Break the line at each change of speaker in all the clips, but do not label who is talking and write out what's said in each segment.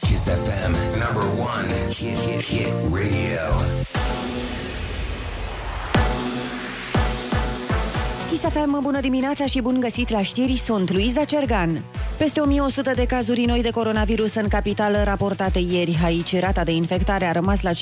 Kiss FM, number one hit, hit, hit radio.
Chisafem, bună dimineața și bun găsit la știri, sunt Luiza Cergan. Peste 1100 de cazuri noi de coronavirus în capitală raportate ieri. Aici rata de infectare a rămas la 5,45.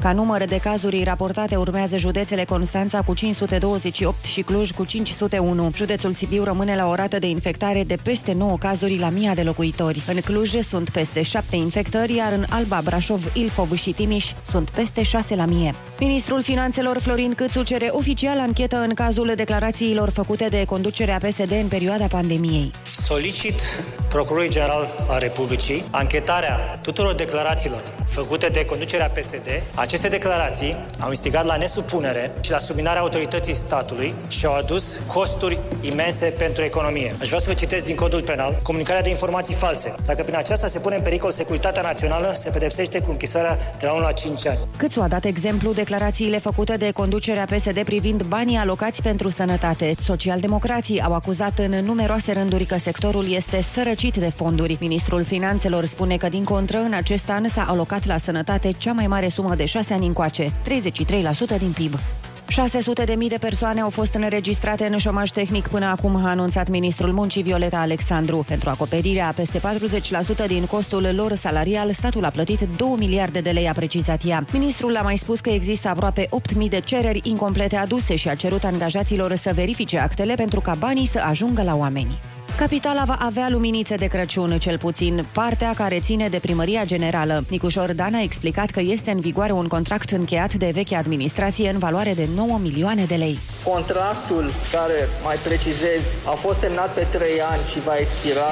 Ca număr de cazuri raportate urmează județele Constanța cu 528 și Cluj cu 501. Județul Sibiu rămâne la o rată de infectare de peste 9 cazuri la 1000 de locuitori. În Cluj sunt peste 7 infectări, iar în Alba, Brașov, Ilfov și Timiș sunt peste 6 la 1000. Ministrul Finanțelor Florin Câțu cere oficial anchetă în cazul declarațiilor făcute de conducerea PSD în perioada pandemiei.
Solicit Procurorului General al Republicii anchetarea tuturor declarațiilor făcute de conducerea PSD. Aceste declarații au instigat la nesupunere și la subminarea autorității statului și au adus costuri imense pentru economie. Aș vrea să vă citesc din codul penal comunicarea de informații false. Dacă prin aceasta se pune în pericol securitatea națională, se pedepsește cu închisoarea de la 1 la 5 ani.
Câțu a dat exemplu declarațiile făcute de conducerea PSD privind banii alocați pentru sănătate. Socialdemocrații au acuzat în numeroase rânduri că sectorul este sărăcit de fonduri. Ministrul Finanțelor spune că, din contră, în acest an s-a alocat la sănătate cea mai mare sumă de șase ani încoace, 33% din PIB. 600 de mii de persoane au fost înregistrate în șomaj tehnic până acum, a anunțat ministrul muncii Violeta Alexandru. Pentru acoperirea a peste 40% din costul lor salarial, statul a plătit 2 miliarde de lei, a precizat ea. Ministrul a mai spus că există aproape 8 mii de cereri incomplete aduse și a cerut angajaților să verifice actele pentru ca banii să ajungă la oameni. Capitala va avea luminițe de Crăciun, cel puțin partea care ține de primăria generală. Nicușor Dan a explicat că este în vigoare un contract încheiat de vechea administrație în valoare de 9 milioane de lei.
Contractul care, mai precizez, a fost semnat pe 3 ani și va expira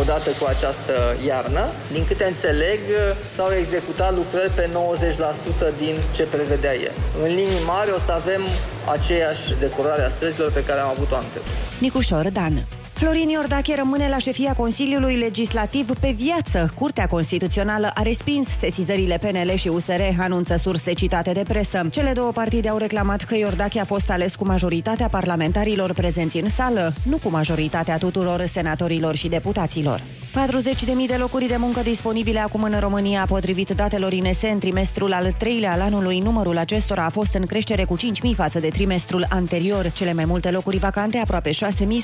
odată cu această iarnă. Din câte înțeleg, s-au executat lucrări pe 90% din ce prevedea el. În linii mari o să avem aceeași decorare a străzilor pe care am avut-o anterior.
Nicușor Dan Florin Iordache rămâne la șefia Consiliului Legislativ pe viață. Curtea Constituțională a respins sesizările PNL și USR, anunță surse citate de presă. Cele două partide au reclamat că Iordache a fost ales cu majoritatea parlamentarilor prezenți în sală, nu cu majoritatea tuturor senatorilor și deputaților. 40.000 de locuri de muncă disponibile acum în România, potrivit datelor INS în trimestrul al treilea al anului, numărul acestora a fost în creștere cu 5.000 față de trimestrul anterior. Cele mai multe locuri vacante, aproape 6.000,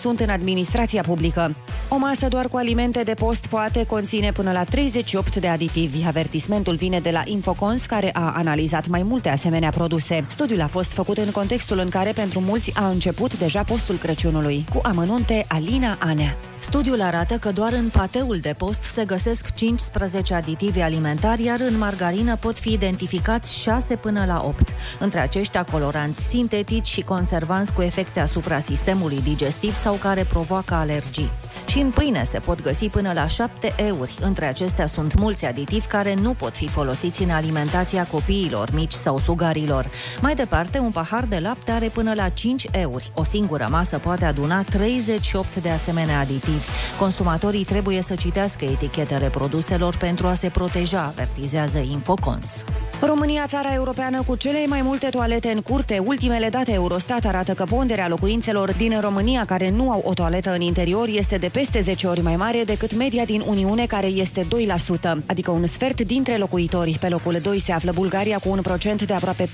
sunt în administrație administrația publică. O masă doar cu alimente de post poate conține până la 38 de aditivi. Avertismentul vine de la Infocons, care a analizat mai multe asemenea produse. Studiul a fost făcut în contextul în care pentru mulți a început deja postul Crăciunului. Cu amănunte Alina Anea.
Studiul arată că doar în pateul de post se găsesc 15 aditivi alimentari, iar în margarină pot fi identificați 6 până la 8. Între aceștia, coloranți sintetici și conservanți cu efecte asupra sistemului digestiv sau care provoacă alergii. Și în pâine se pot găsi până la 7 euri. Între acestea sunt mulți aditivi care nu pot fi folosiți în alimentația copiilor mici sau sugarilor. Mai departe, un pahar de lapte are până la 5 euri. O singură masă poate aduna 38 de asemenea aditivi. Consumatorii trebuie să citească etichetele produselor pentru a se proteja, avertizează Infocons.
România, țara europeană cu cele mai multe toalete în curte, ultimele date Eurostat arată că ponderea locuințelor din România care nu au o toaletă în interior este de peste 10 ori mai mare decât media din Uniune, care este 2%, adică un sfert dintre locuitori. Pe locul 2 se află Bulgaria cu un procent de aproape 14%.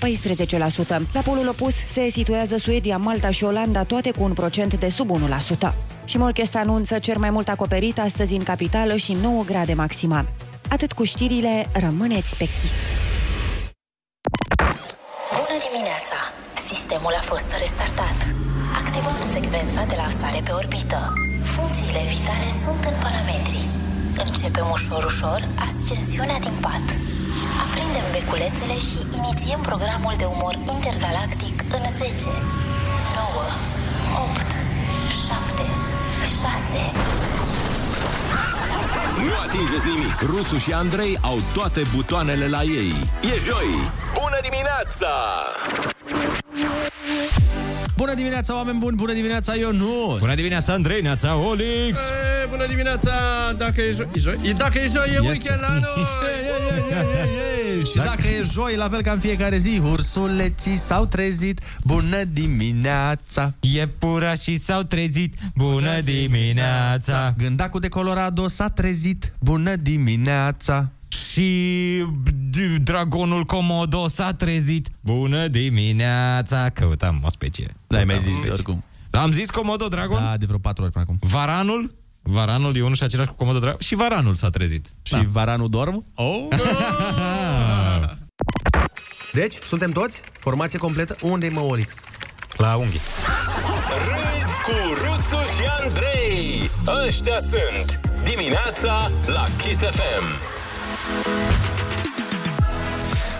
La polul opus se situează Suedia, Malta și Olanda, toate cu un procent de sub 1%. Și Morchest anunță cer mai mult acoperit astăzi în capitală și 9 grade maxima. Atât cu știrile, rămâneți pe chis.
Bună dimineața! Sistemul a fost restartat. Activăm secvența de lansare pe orbită. Funcțiile vitale sunt în parametri. Începem ușor-ușor ascensiunea din pat. Aprindem beculețele și inițiem programul de umor intergalactic în 10, 9, 8, 7, 6...
Nu atingeți nimic! Rusu și Andrei au toate butoanele la ei. E joi! Bună dimineața!
Bună dimineața, oameni buni! Bună dimineața, eu nu!
Bună dimineața, Andrei, neața, Olix!
E, bună dimineața! Dacă e joi, e joi, dacă e joi, e weekend la noi!
Și dacă e joi, la fel ca în fiecare zi, ursuleții s-au trezit, bună dimineața!
Iepurașii s-au trezit, bună dimineața!
Gândacul de Colorado s-a trezit, bună dimineața!
Și d- dragonul Comodo s-a trezit, bună dimineața! Căutam o specie.
Da, mi-ai
Căutam o
zis
specie.
oricum.
L-am zis Comodo Dragon?
Da, de vreo patru ori până acum.
Varanul? Varanul e unul și același cu Comodo Dragon. Și Varanul s-a trezit. Da.
Și varanul dorm?
Oh! Ah.
Deci, suntem toți? Formație completă? unde mă, Olix?
La unghii.
Râzi cu Rusu și Andrei. Ăștia sunt dimineața la Kiss FM.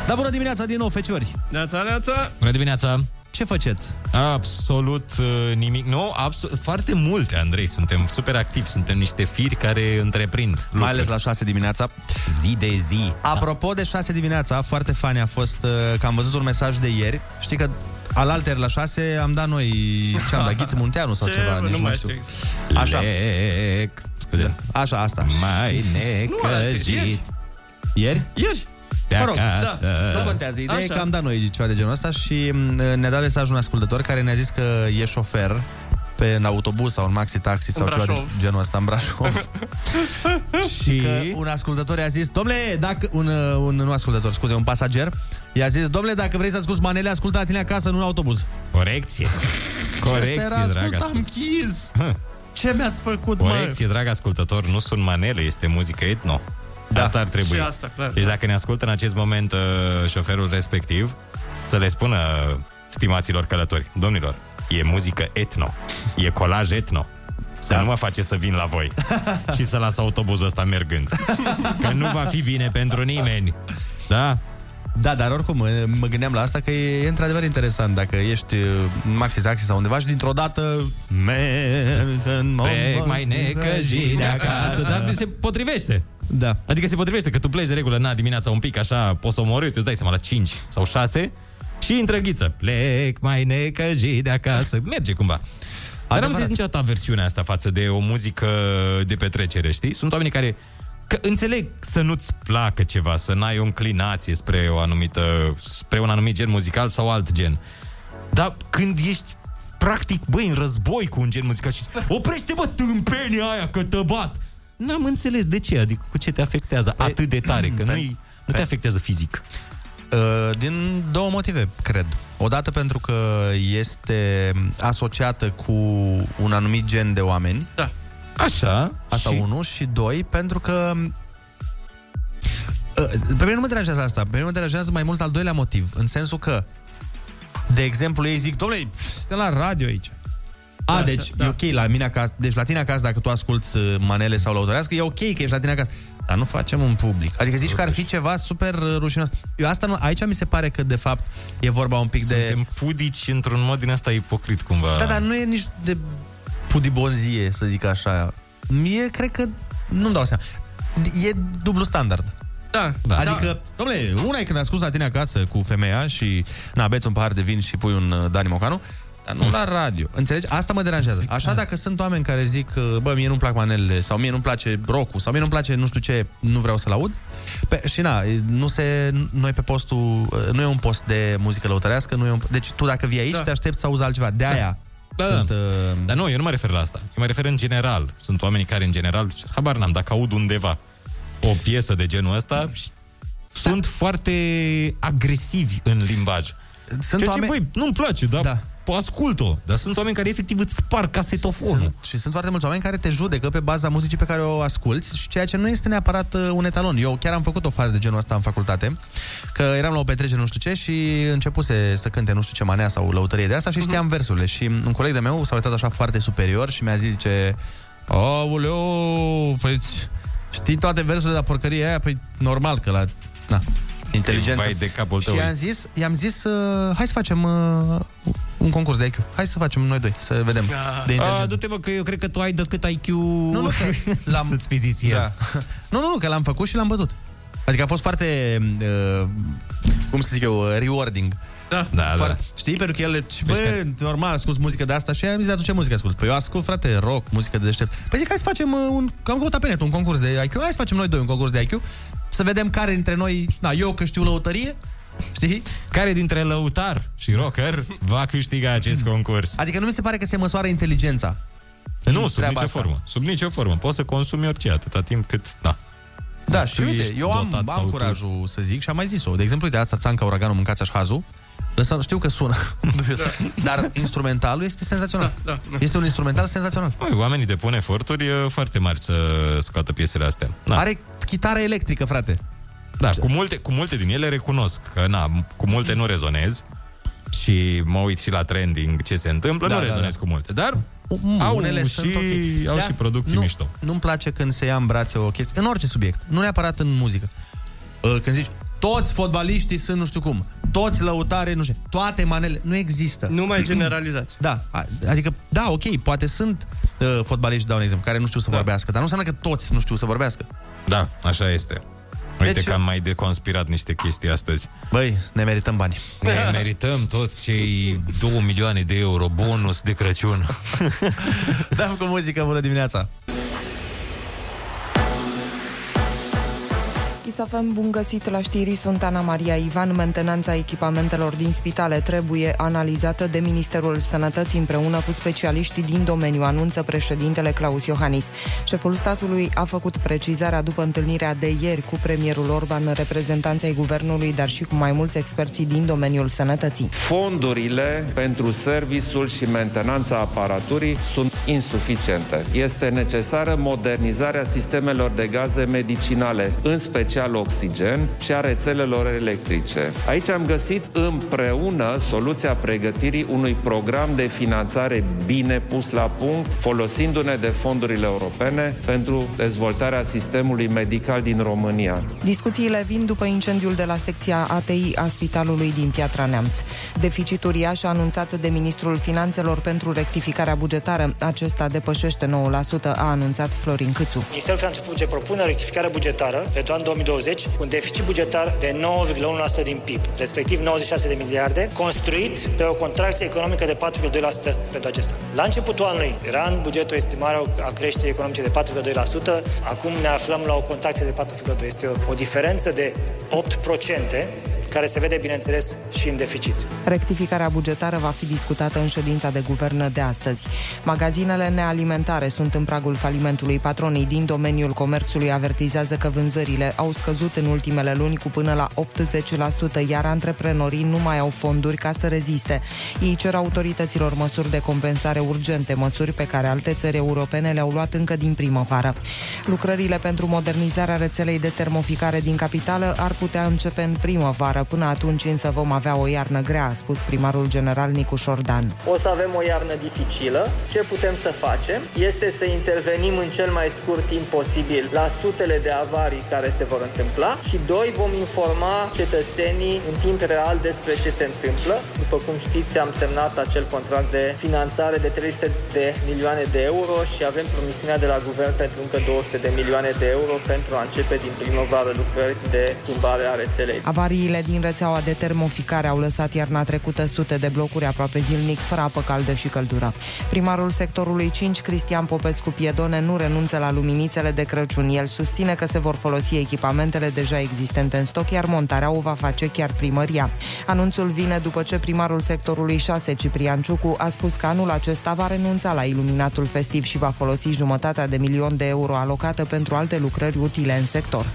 Da, bună dimineața din nou, feciori!
Neața, neața!
Bună dimineața!
Ce faceți?
Absolut uh, nimic nou, absolut, foarte multe, Andrei, suntem super activi, suntem niște firi care întreprind lucruri.
Mai ales la 6 dimineața.
zi de zi.
Apropo de 6 dimineața, foarte fani a fost uh, că am văzut un mesaj de ieri. Știi că alalter la 6 am dat noi ce am dat Ghiți Munteanu sau
Ce?
ceva, nici
Nu
nu
mai
știu.
știu
Așa.
Lec, scuze,
Așa, asta.
mai necăjit
Ieri?
Ieri!
de
Mă rog, da,
acasă.
Nu contează, ideea
Așa.
e că am dat noi ceva de genul ăsta și m, ne-a dat mesaj un ascultător care ne-a zis că e șofer pe în autobuz sau în maxi-taxi sau ceva de
Brașov.
genul ăsta în Brașov.
Și...
că un ascultător i-a zis, domnule, dacă... Un, uh, un, nu ascultător, scuze, un pasager, i-a zis, domnule, dacă vrei să asculti manele, ascultă la tine acasă, nu în autobuz.
Corecție.
Și
Corecție,
ăsta era,
drag
ascultă, am
ascultător.
chis! Ce mi-ați făcut, mă?
Corecție, drag ascultător, nu sunt manele, este muzică etno. Da. Asta ar trebui.
Și asta, clar.
Deci dacă ne ascultă în acest moment uh, șoferul respectiv, să le spună uh, stimaților călători, domnilor, e muzică etno, e colaj etno. Să nu mă face să vin la voi și să las autobuzul ăsta mergând. Că nu va fi bine pentru nimeni. Da?
Da, dar oricum, uh, mă gândeam la asta că e, e într-adevăr interesant dacă ești uh, în maxi-taxi sau undeva și dintr-o dată... merg în
Plec
mod
mai necăjit de acasă. da. Dar se potrivește.
Da.
Adică se potrivește că tu pleci de regulă, na, dimineața un pic așa, poți să omorât, îți dai seama la 5 sau 6 și intră ghiță. Plec mai necăjit de acasă. Merge cumva. Dar n-am
Adevărat.
zis niciodată aversiunea asta față de o muzică de petrecere, știi? Sunt oameni care Că înțeleg să nu-ți placă ceva, să n-ai o înclinație spre, o anumită, spre un anumit gen muzical sau alt gen. Dar când ești practic, băi, în război cu un gen muzical și oprește, bă, tâmpenia aia că te bat. N-am înțeles de ce, adică cu ce te afectează pe, atât de tare, că nu nu te afectează fizic.
Uh, Din două motive, cred. Odată pentru că este asociată cu un anumit gen de oameni,
Așa,
asta și...
și...
unul, și doi, pentru că... Uh, Pe mine nu mă deranjează asta, pe mine mă deranjează mai mult al doilea motiv, în sensul că, de exemplu, ei zic, domnule, pf, suntem la radio aici. A,
Așa,
Așa, deci da.
da.
e ok la mine acasă, deci la tine acasă dacă tu asculti uh, manele sau lăutorească, e ok că ești la tine acasă. Dar nu facem un public. Adică zici că ar fi ceva super uh, rușinos. Eu asta nu, aici mi se pare că de fapt e vorba un pic de
Suntem pudici într-un mod din asta ipocrit cumva.
da, dar nu e nici de pudibonzie, să zic așa. Mie, cred că, nu-mi dau seama. E dublu standard.
Da,
Da.
Da.
Adică, domnule, una e când asculti la tine acasă cu femeia și na, beți un pahar de vin și pui un uh, Dani Mocanu, dar nu la radio. Înțelegi? Asta mă deranjează. Așa dacă sunt oameni care zic, uh, bă, mie nu-mi plac manelele, sau mie nu-mi place rock sau mie nu-mi place nu știu ce, nu vreau să-l aud. Pe, și na, e, nu se, noi pe postul, uh, nu e un post de muzică lăutărească, nu e un, deci tu dacă vii aici, da.
Da.
te aștepți să auzi altceva. De aia da.
Da,
sunt...
da.
Uh,
Dar nu, eu nu mă refer la asta. Eu mă refer în general. Sunt oamenii care în general, habar n-am, dacă aud undeva o piesă de genul ăsta, și-
Da.
sunt foarte agresivi în limbaj.
Sunt
Ceea
oameni-
ce, băi, nu-mi place, dar
Da.
da. ascult-o. Dar sunt oameni care efectiv îți spar casetofonul.
Sunt, și sunt foarte mulți oameni care te judecă pe baza muzicii pe care o asculți și ceea ce nu este neapărat uh, un etalon. Eu chiar am făcut o fază de genul ăsta în facultate, că eram la o petrecere nu știu ce și începuse să cânte nu știu ce manea sau lăutărie de asta
Mhm.
și știam versurile. Și un coleg de meu s-a uitat așa foarte superior și mi-a zis, ce Aoleu, păi știi toate versurile la porcărie aia? Păi normal că la... Na, inteligență.
vai de capul
și
tău.
i-am zis, i-am zis uh, hai să facem uh, un concurs de IQ. Hai să facem noi doi, să vedem. De
A,
inteligență.
Ah, du-te mă, că eu cred că tu ai decât IQ nu,
nu, că l-am-
să-ți fi zis el.
Da. nu, nu, nu, că l-am făcut și l-am bătut. Adică a fost foarte, uh, cum să zic eu, uh, rewarding.
Da, da.
Fără, știi, pentru că el, zice, bă, normal, ascult muzică de asta și aia mi zice, ce muzică ascult? Păi eu ascult, frate, rock, muzică de deștept. Păi zic, hai să facem uh, un, că am căutat pe net un concurs de IQ, hai să facem noi doi un concurs de IQ, să vedem care dintre noi, na, eu că știu lăutărie, știi?
Care dintre lăutar și rocker va câștiga acest concurs?
Adică nu mi se pare că se măsoară inteligența.
Nu, sub
treaba
nicio
asta.
formă. Sub nicio formă. Poți să consumi orice atâta timp cât... Da.
Da,
Nu
și
știu,
uite,
ești
eu am,
dotat sau
am
tu.
curajul să zic și am mai zis-o. De exemplu, uite, asta Țanca, Uraganul, Mâncați așa hazul. Lăsăm, știu că sună, dubios. dar instrumentalul este senzațional.
Da, da, da.
Este un instrumental senzațional.
Măi, oamenii depun eforturi uh, foarte mari să scoată piesele astea. Na.
Are chitară electrică, frate.
Da, cu multe, cu multe din ele recunosc că, na, cu multe nu rezonez și mă uit și la trending ce se întâmplă,
Da,
da, nu da,
da,
rezonez
da.
da. cu multe, dar
Mm,
au
Unele
și,
sunt ok.
au
De
și
asta-
producții
nu,
mișto.
Nu-mi place când se ia în brațe o chestie, în orice subiect, nu neapărat în muzică. Uh, Când zici, toți fotbaliștii sunt nu știu cum, toți lăutare, nu știu, toate manele, nu există.
Nu mai generalizați.
Da, a- adică, da, ok, poate sunt uh, fotbaliști, dau un exemplu, care nu știu să da. vorbească, dar nu înseamnă că toți nu știu să vorbească.
Da, așa este. Uite
Deci-
deci... că am mai deconspirat niște chestii astăzi.
Băi, ne merităm bani.
Ne merităm toți cei 2 milioane de euro bonus de Crăciun.
Dăm cu muzică, bună dimineața!
Chisafem, bun găsit la știri, sunt Ana Maria Ivan. Mentenanța echipamentelor din spitale trebuie analizată de Ministerul Sănătății împreună cu specialiștii din domeniu, anunță președintele Claus Iohannis. Șeful statului a făcut precizarea după întâlnirea de ieri cu premierul Orban, reprezentanței guvernului, dar și cu mai mulți experții din domeniul sănătății.
Fondurile pentru serviciul și mentenanța aparaturii sunt insuficiente. Este necesară modernizarea sistemelor de gaze medicinale, în special oxigen și a rețelelor electrice. Aici am găsit împreună soluția pregătirii unui program de finanțare bine pus la punct, folosindu-ne de fondurile europene pentru dezvoltarea sistemului medical din România.
Discuțiile vin după incendiul de la secția ATI a Spitalului din Piatra Neamț. Deficit uriaș anunțat de Ministrul Finanțelor pentru rectificarea bugetară. Acesta depășește 9%, a anunțat Florin Câțu.
Ministerul Finanțelor Publice propune o rectificare bugetară pentru anul 2020 cu un deficit bugetar de 9,1% din PIB, respectiv 96 de miliarde, construit pe o contracție economică de 4,2% pentru acesta. La începutul anului era în bugetul estimarea a creșterii economice de 4,2%, acum ne aflăm la o contracție de 4,2%. Este o, o diferență de 8% care se vede, bineînțeles, și în deficit.
Rectificarea bugetară va fi discutată în ședința de guvern de astăzi. Magazinele nealimentare sunt în pragul falimentului. Patronii din domeniul comerțului avertizează că vânzările au scăzut în ultimele luni cu până la 80%, iar antreprenorii nu mai au fonduri ca să reziste. Ei cer autorităților măsuri de compensare urgente, măsuri pe care alte țări europene le-au luat încă din primăvară. Lucrările pentru modernizarea rețelei de termoficare din capitală ar putea începe în primăvară. Până atunci însă vom avea o iarnă grea, a spus primarul general Nicu Șordan.
O să avem o iarnă dificilă. Ce putem să facem este să intervenim în cel mai scurt timp posibil la sutele de avarii care se vor întâmpla și doi, vom informa cetățenii în timp real despre ce se întâmplă. După cum știți, am semnat acel contract de finanțare de 300 de milioane de euro și avem promisiunea de la guvern pentru încă 200 de milioane de euro pentru a începe din primăvară lucrări de schimbare a rețelei.
Avariile din rețeaua de termoficare au lăsat iarna trecută sute de blocuri aproape zilnic, fără apă caldă și căldură. Primarul sectorului 5, Cristian Popescu Piedone, nu renunță la luminițele de Crăciun. El susține că se vor folosi echipamentele deja existente în stoc, iar montarea o va face chiar primăria. Anunțul vine după ce primarul sectorului 6, Ciprian Ciucu, a spus că anul acesta va renunța la iluminatul festiv și va folosi jumătatea de milion de euro alocată pentru alte lucrări utile în sector.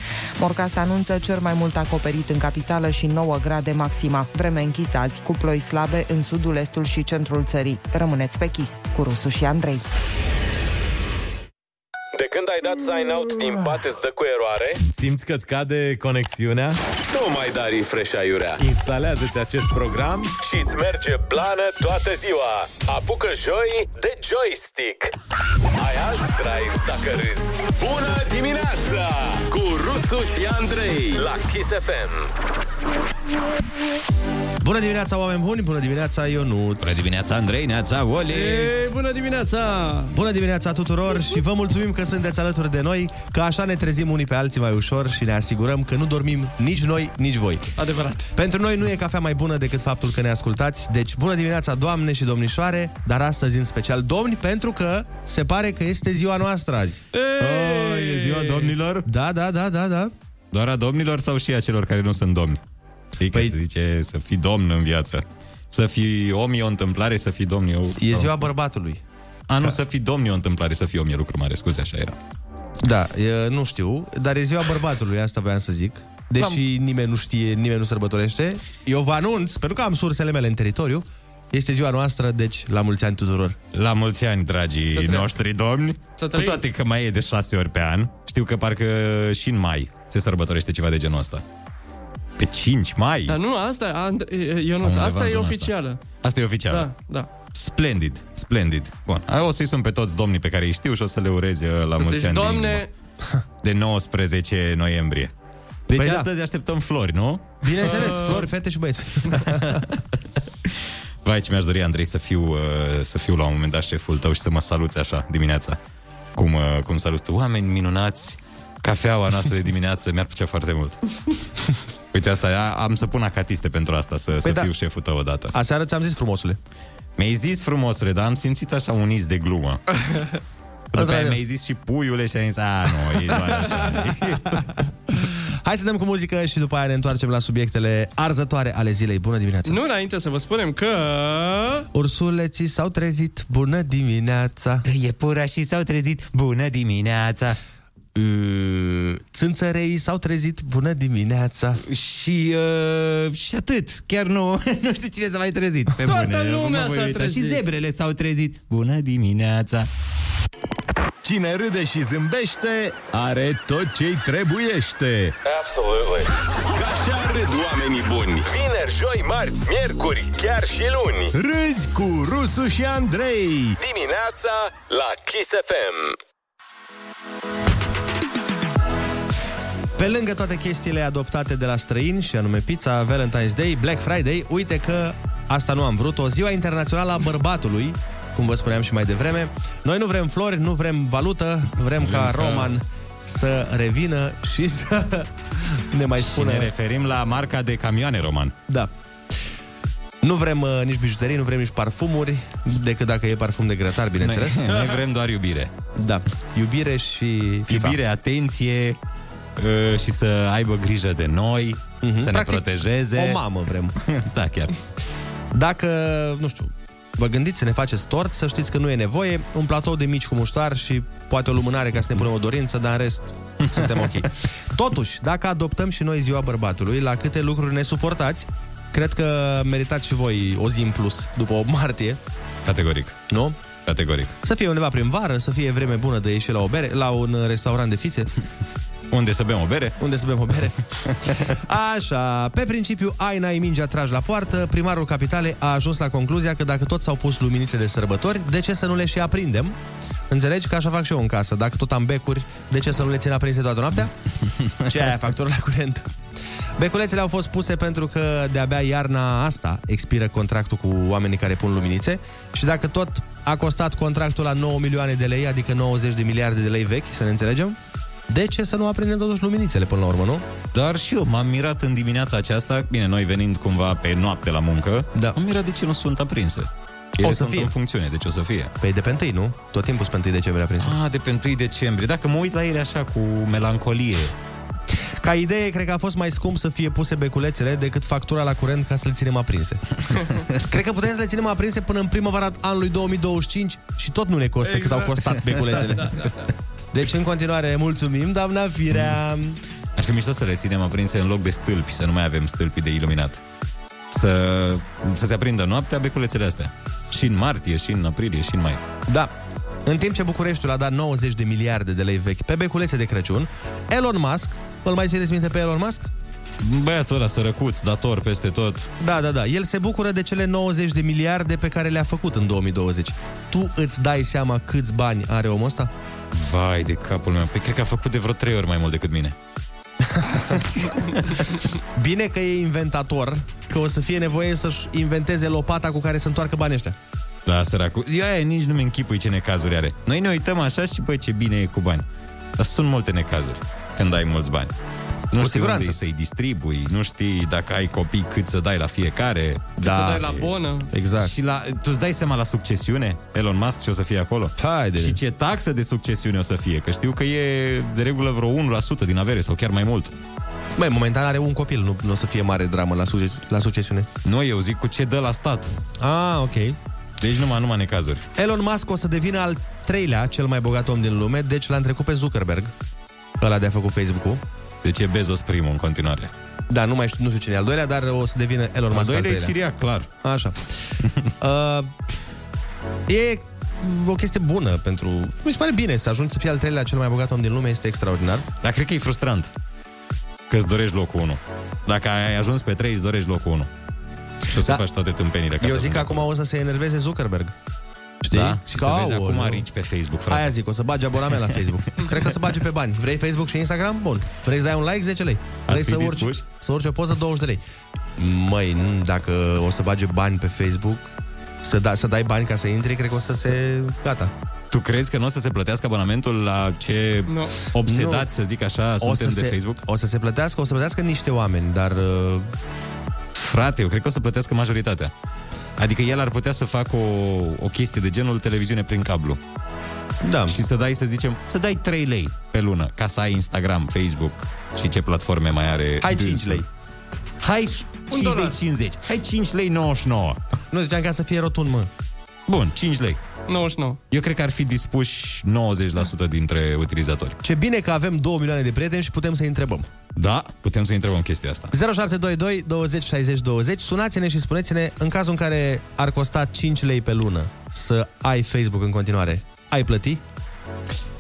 Morcast anunță cel mai mult acoperit în capitală și 9 grade maxima. Vreme închisă azi, cu ploi slabe în sudul, estul și centrul țării. Rămâneți pe chis cu Rusu și Andrei.
De când ai dat sign out din bate îți dă cu eroare?
Simți că-ți cade conexiunea?
Nu mai da refresh aiurea.
Instalează-ți acest program
Și îți merge blană toată ziua. Apucă joi de joystick. Ai alt drive dacă râzi. Bună dimineața cu Rusu și Andrei la Kiss FM.
Bună dimineața, oameni buni! Bună dimineața, Ionut! Bună
dimineața, Andrei! Neața, Olix!
Ei, bună dimineața!
Bună dimineața tuturor și vă mulțumim că sunteți alături de noi, că așa ne trezim unii pe alții mai ușor și ne asigurăm că nu dormim nici noi, nici voi.
Adevărat.
Pentru noi nu e cafea mai bună decât faptul că ne ascultați, deci bună dimineața, doamne și domnișoare, dar astăzi în special domni, pentru că se pare că este ziua noastră azi.
Oh, e ziua domnilor?
Da, da, da, da, da.
Doar a domnilor sau și a celor care nu sunt domni? Știi păi... că se zice să fii domn în viață. Să fii om e o întâmplare, să fii domn e o... da.
E ziua bărbatului.
A, nu, să fii domn e o întâmplare, să fii om e lucru mare, scuze, așa era.
Da, e, nu știu, dar e ziua bărbatului, asta voiam să zic. Deși nimeni nu știe, nimeni nu sărbătorește. Eu vă anunț, pentru că am sursele mele în teritoriu, este ziua noastră, deci la mulți ani tuturor.
La mulți ani, dragii
trăiască.
noștri domni, cu toate că mai e de șase ori pe an, știu că parcă și în mai se sărbătorește ceva de genul ăsta. Pe 5 mai?
Dar nu, asta, Andre, eu nu,
Sau undeva în
asta e
zona
oficială.
Asta e oficial.
Da, da.
Splendid, splendid. Bun, a, o să-i sun pe toți domnii pe care îi știu și o să le urez eu la mulți
Deci,
ani din
doamne,
inimă. de 19 noiembrie. Deci
Păi
păi
da.
astăzi așteptăm flori, nu?
Bineînțeles,
Ah.
flori, fete și băieți.
Vai, ce mi-aș dori, Andrei, să fiu, uh, să fiu la un moment dat șeful tău și să mă saluți așa dimineața. Cum, uh, cum saluți tu. Oameni minunați, cafeaua noastră de dimineață mi-ar plăcea foarte mult. Uite, asta, a- am să pun acatiste pentru asta, să, păi să
da.
fiu șeful tău odată.
Aseară ți-am zis frumosule.
Mi-ai zis frumosule, dar am simțit așa un iz de glumă. După aia mi-ai zis și puiule și am zis, a, nu, e doar așa.
Hai să dăm cu muzică și după aia ne întoarcem la subiectele arzătoare ale zilei. Bună dimineața!
nu înainte să vă spunem că...
Ursuleții s-au trezit, bună dimineața!
Iepurașii s-au trezit, bună dimineața!
Țânțărei s-au trezit, bună dimineața!
Și, uh, și atât, chiar nu, nu știu cine s-a mai trezit. Pe
Toată
bune, mă
lumea
voi
s-a
uita.
trezit.
Și zebrele s-au trezit, bună dimineața!
Cine râde și zâmbește are tot ce-i trebuiește.
Absolutely. Ca așa râd oamenii buni. Vineri, joi, marți, miercuri, chiar și luni.
Râzi cu Rusu și Andrei.
Dimineața la Kiss FM.
Pe lângă toate chestiile adoptate de la străini, și anume pizza, Valentine's Day, Black Friday, uite că asta nu am vrut, o ziua internațională a bărbatului, cum vă spuneam și mai devreme. Noi nu vrem flori, nu vrem valută, vrem ca
Vrem ca-
Roman să revină și să ne mai
Și ne
spune...
referim la marca de camioane roman.
Da. Nu vrem uh, nici bijuterii, nu vrem nici parfumuri, decât dacă e parfum de grătar, bineînțeles.
Noi, noi vrem doar iubire.
Da, iubire și FIFA.
Iubire, atenție uh, și să aibă grijă de noi,
Mhm.
să
Practic,
ne protejeze.
O mamă vrem.
da, chiar.
Dacă, nu știu, vă gândiți să ne faceți tort, să știți că nu e nevoie, un platou de mici cu muștar și poate o lumânare ca să ne punem o dorință, dar în rest suntem ok. Totuși, dacă adoptăm și noi ziua bărbatului, la câte lucruri ne suportați, cred că meritați și voi o zi în plus după 8 martie,
Categoric.
nu?
Categoric.
Să fie undeva prin vară, să fie vreme bună de ieși la o bere, la un restaurant de fițe.
Unde să bem o bere?
Unde să bem o bere? Așa, pe principiu, aina e mingea tragi la poartă, primarul Capitale a ajuns la concluzia că dacă tot s-au pus luminițe de sărbători, de ce să nu le și aprindem? Înțelegi că așa fac și eu în casă. Dacă tot am becuri, de ce să nu le țin aprinse toată noaptea? Ce aia, factorul la curent. Beculețele au fost puse pentru că de-abia iarna asta expiră contractul cu oamenii care pun luminițe și dacă tot a costat contractul la 9 milioane de lei, adică 90 de miliarde de lei vechi, să ne înțelegem, de ce să nu aprindem totuși luminițele până la urmă, nu?
Dar și eu m-am mirat în dimineața aceasta, bine, noi venind cumva pe noapte la muncă, da. am mirat de ce nu sunt aprinse. Ele
O să
sunt
fie.
în funcțiune, deci o să fie.
Păi de pe întâi, nu? Tot timpul sunt pe 1 decembrie aprins.
Ah, de pe 1 decembrie. Dacă mă uit la ele așa cu melancolie.
Ca idee, cred că a fost mai scump să fie puse beculețele decât factura la curent ca să le ținem aprinse. cred că putem să le ținem aprinse până în primăvara anului 2025 și tot nu ne costă exact. cât au costat beculețele.
Da, da, da.
Deci, în continuare, mulțumim, doamna Firea.
Ar fi mișto să le ținem aprinse în loc de stâlpi, să nu mai avem stâlpi de iluminat. Să, să se aprindă noaptea beculețele astea. Și în martie, și în aprilie, și în mai.
Da. În timp ce Bucureștiul a dat 90 de miliarde de lei vechi pe beculețe de Crăciun, Elon Musk, îl mai țineți minte pe Elon Musk?
Băiatul ăla sărăcuț, dator peste tot.
Da, da, da. El se bucură de cele 90 de miliarde pe care le-a făcut în 2020. Tu îți dai seama câți bani are omul ăsta?
Vai de capul meu. Păi cred că a făcut de vreo trei ori mai mult decât mine.
Bine că e inventator, că o să fie nevoie să-și inventeze lopata cu care să întoarcă banii ăștia.
Da, săracul. Eu aia nici nu mi închipui ce necazuri are. Noi ne uităm așa și, păi, ce bine e cu bani. Dar sunt multe necazuri când ai mulți bani. Nu știi
siguranță.
unde să-i distribui, nu știi dacă ai copii cât să dai la fiecare.
Cât să dai la bonă.
Exact. Și la, tu îți dai seama la succesiune, Elon Musk ce o să fie acolo? Haide. Și ce taxă de succesiune o să fie? Că știu că e de regulă vreo 1% din avere sau chiar mai mult.
Băi, momentan are un copil, nu, nu o să fie mare dramă la, suge- la succesiune.
Nu, eu zic cu ce dă la stat.
Ah, ok.
Deci numai, numai necazuri.
Elon Musk o să devină al treilea cel mai bogat om din lume, deci l-a întrecut pe Zuckerberg, ăla de-a făcut Facebook-ul.
Deci e Bezos primul în continuare.
Da, nu, mai știu, nu știu cine e al doilea, dar o să devină Elon Musk al,
doilea e
treilea.
siriac, clar.
Așa. uh, e o chestie bună pentru... Mi se pare bine să ajungi să fii al treilea cel mai bogat om din lume, este extraordinar.
Dar cred că e frustrant că îți dorești locul 1. Dacă ai ajuns pe 3, îți dorești locul 1. Și o să da. faci toate tâmpenile. Ca
Eu
să
zic că
ajungi.
acum o să se enerveze Zuckerberg. Știi?
Da? Și să vezi
aoleu.
acum arici pe Facebook, frate.
Aia zic, o să bagi abonament la Facebook. Cred că o să bagi pe bani. Vrei Facebook și Instagram? Bun. Vrei să dai un like? 10 lei. Vrei
fi
să urci,
dispuși?
să urci o poză? 20 de lei. Măi, n- dacă o să bage bani pe Facebook, să, da, să dai bani ca să intri, cred că o să se... Gata.
Tu crezi că nu o să se plătească abonamentul la ce no. obsedați, să zic așa, o suntem de
se,
Facebook?
O să se plătească, o să plătească niște oameni, dar... uh,
Frate, eu cred că o să plătească majoritatea. Adică el ar putea să facă o, o chestie de genul televiziune prin cablu.
Da.
Și să dai, să zicem, să dai 3 lei pe lună ca să ai Instagram, Facebook și ce platforme mai are.
Hai
dânsul.
5 lei.
Hai 5 lei 50. Hai 5 lei 99.
Nu ziceam ca să fie rotund, mă.
Bun, 5 lei.
99.
Eu cred că ar fi dispuși 90% dintre utilizatori.
Ce bine că avem 2 milioane de prieteni și putem să întrebăm.
Da, putem să întrebăm chestia asta.
0722 20 60 20 Sunați-ne și spuneți-ne în cazul în care ar costa 5 lei pe lună să ai Facebook în continuare, ai plăti?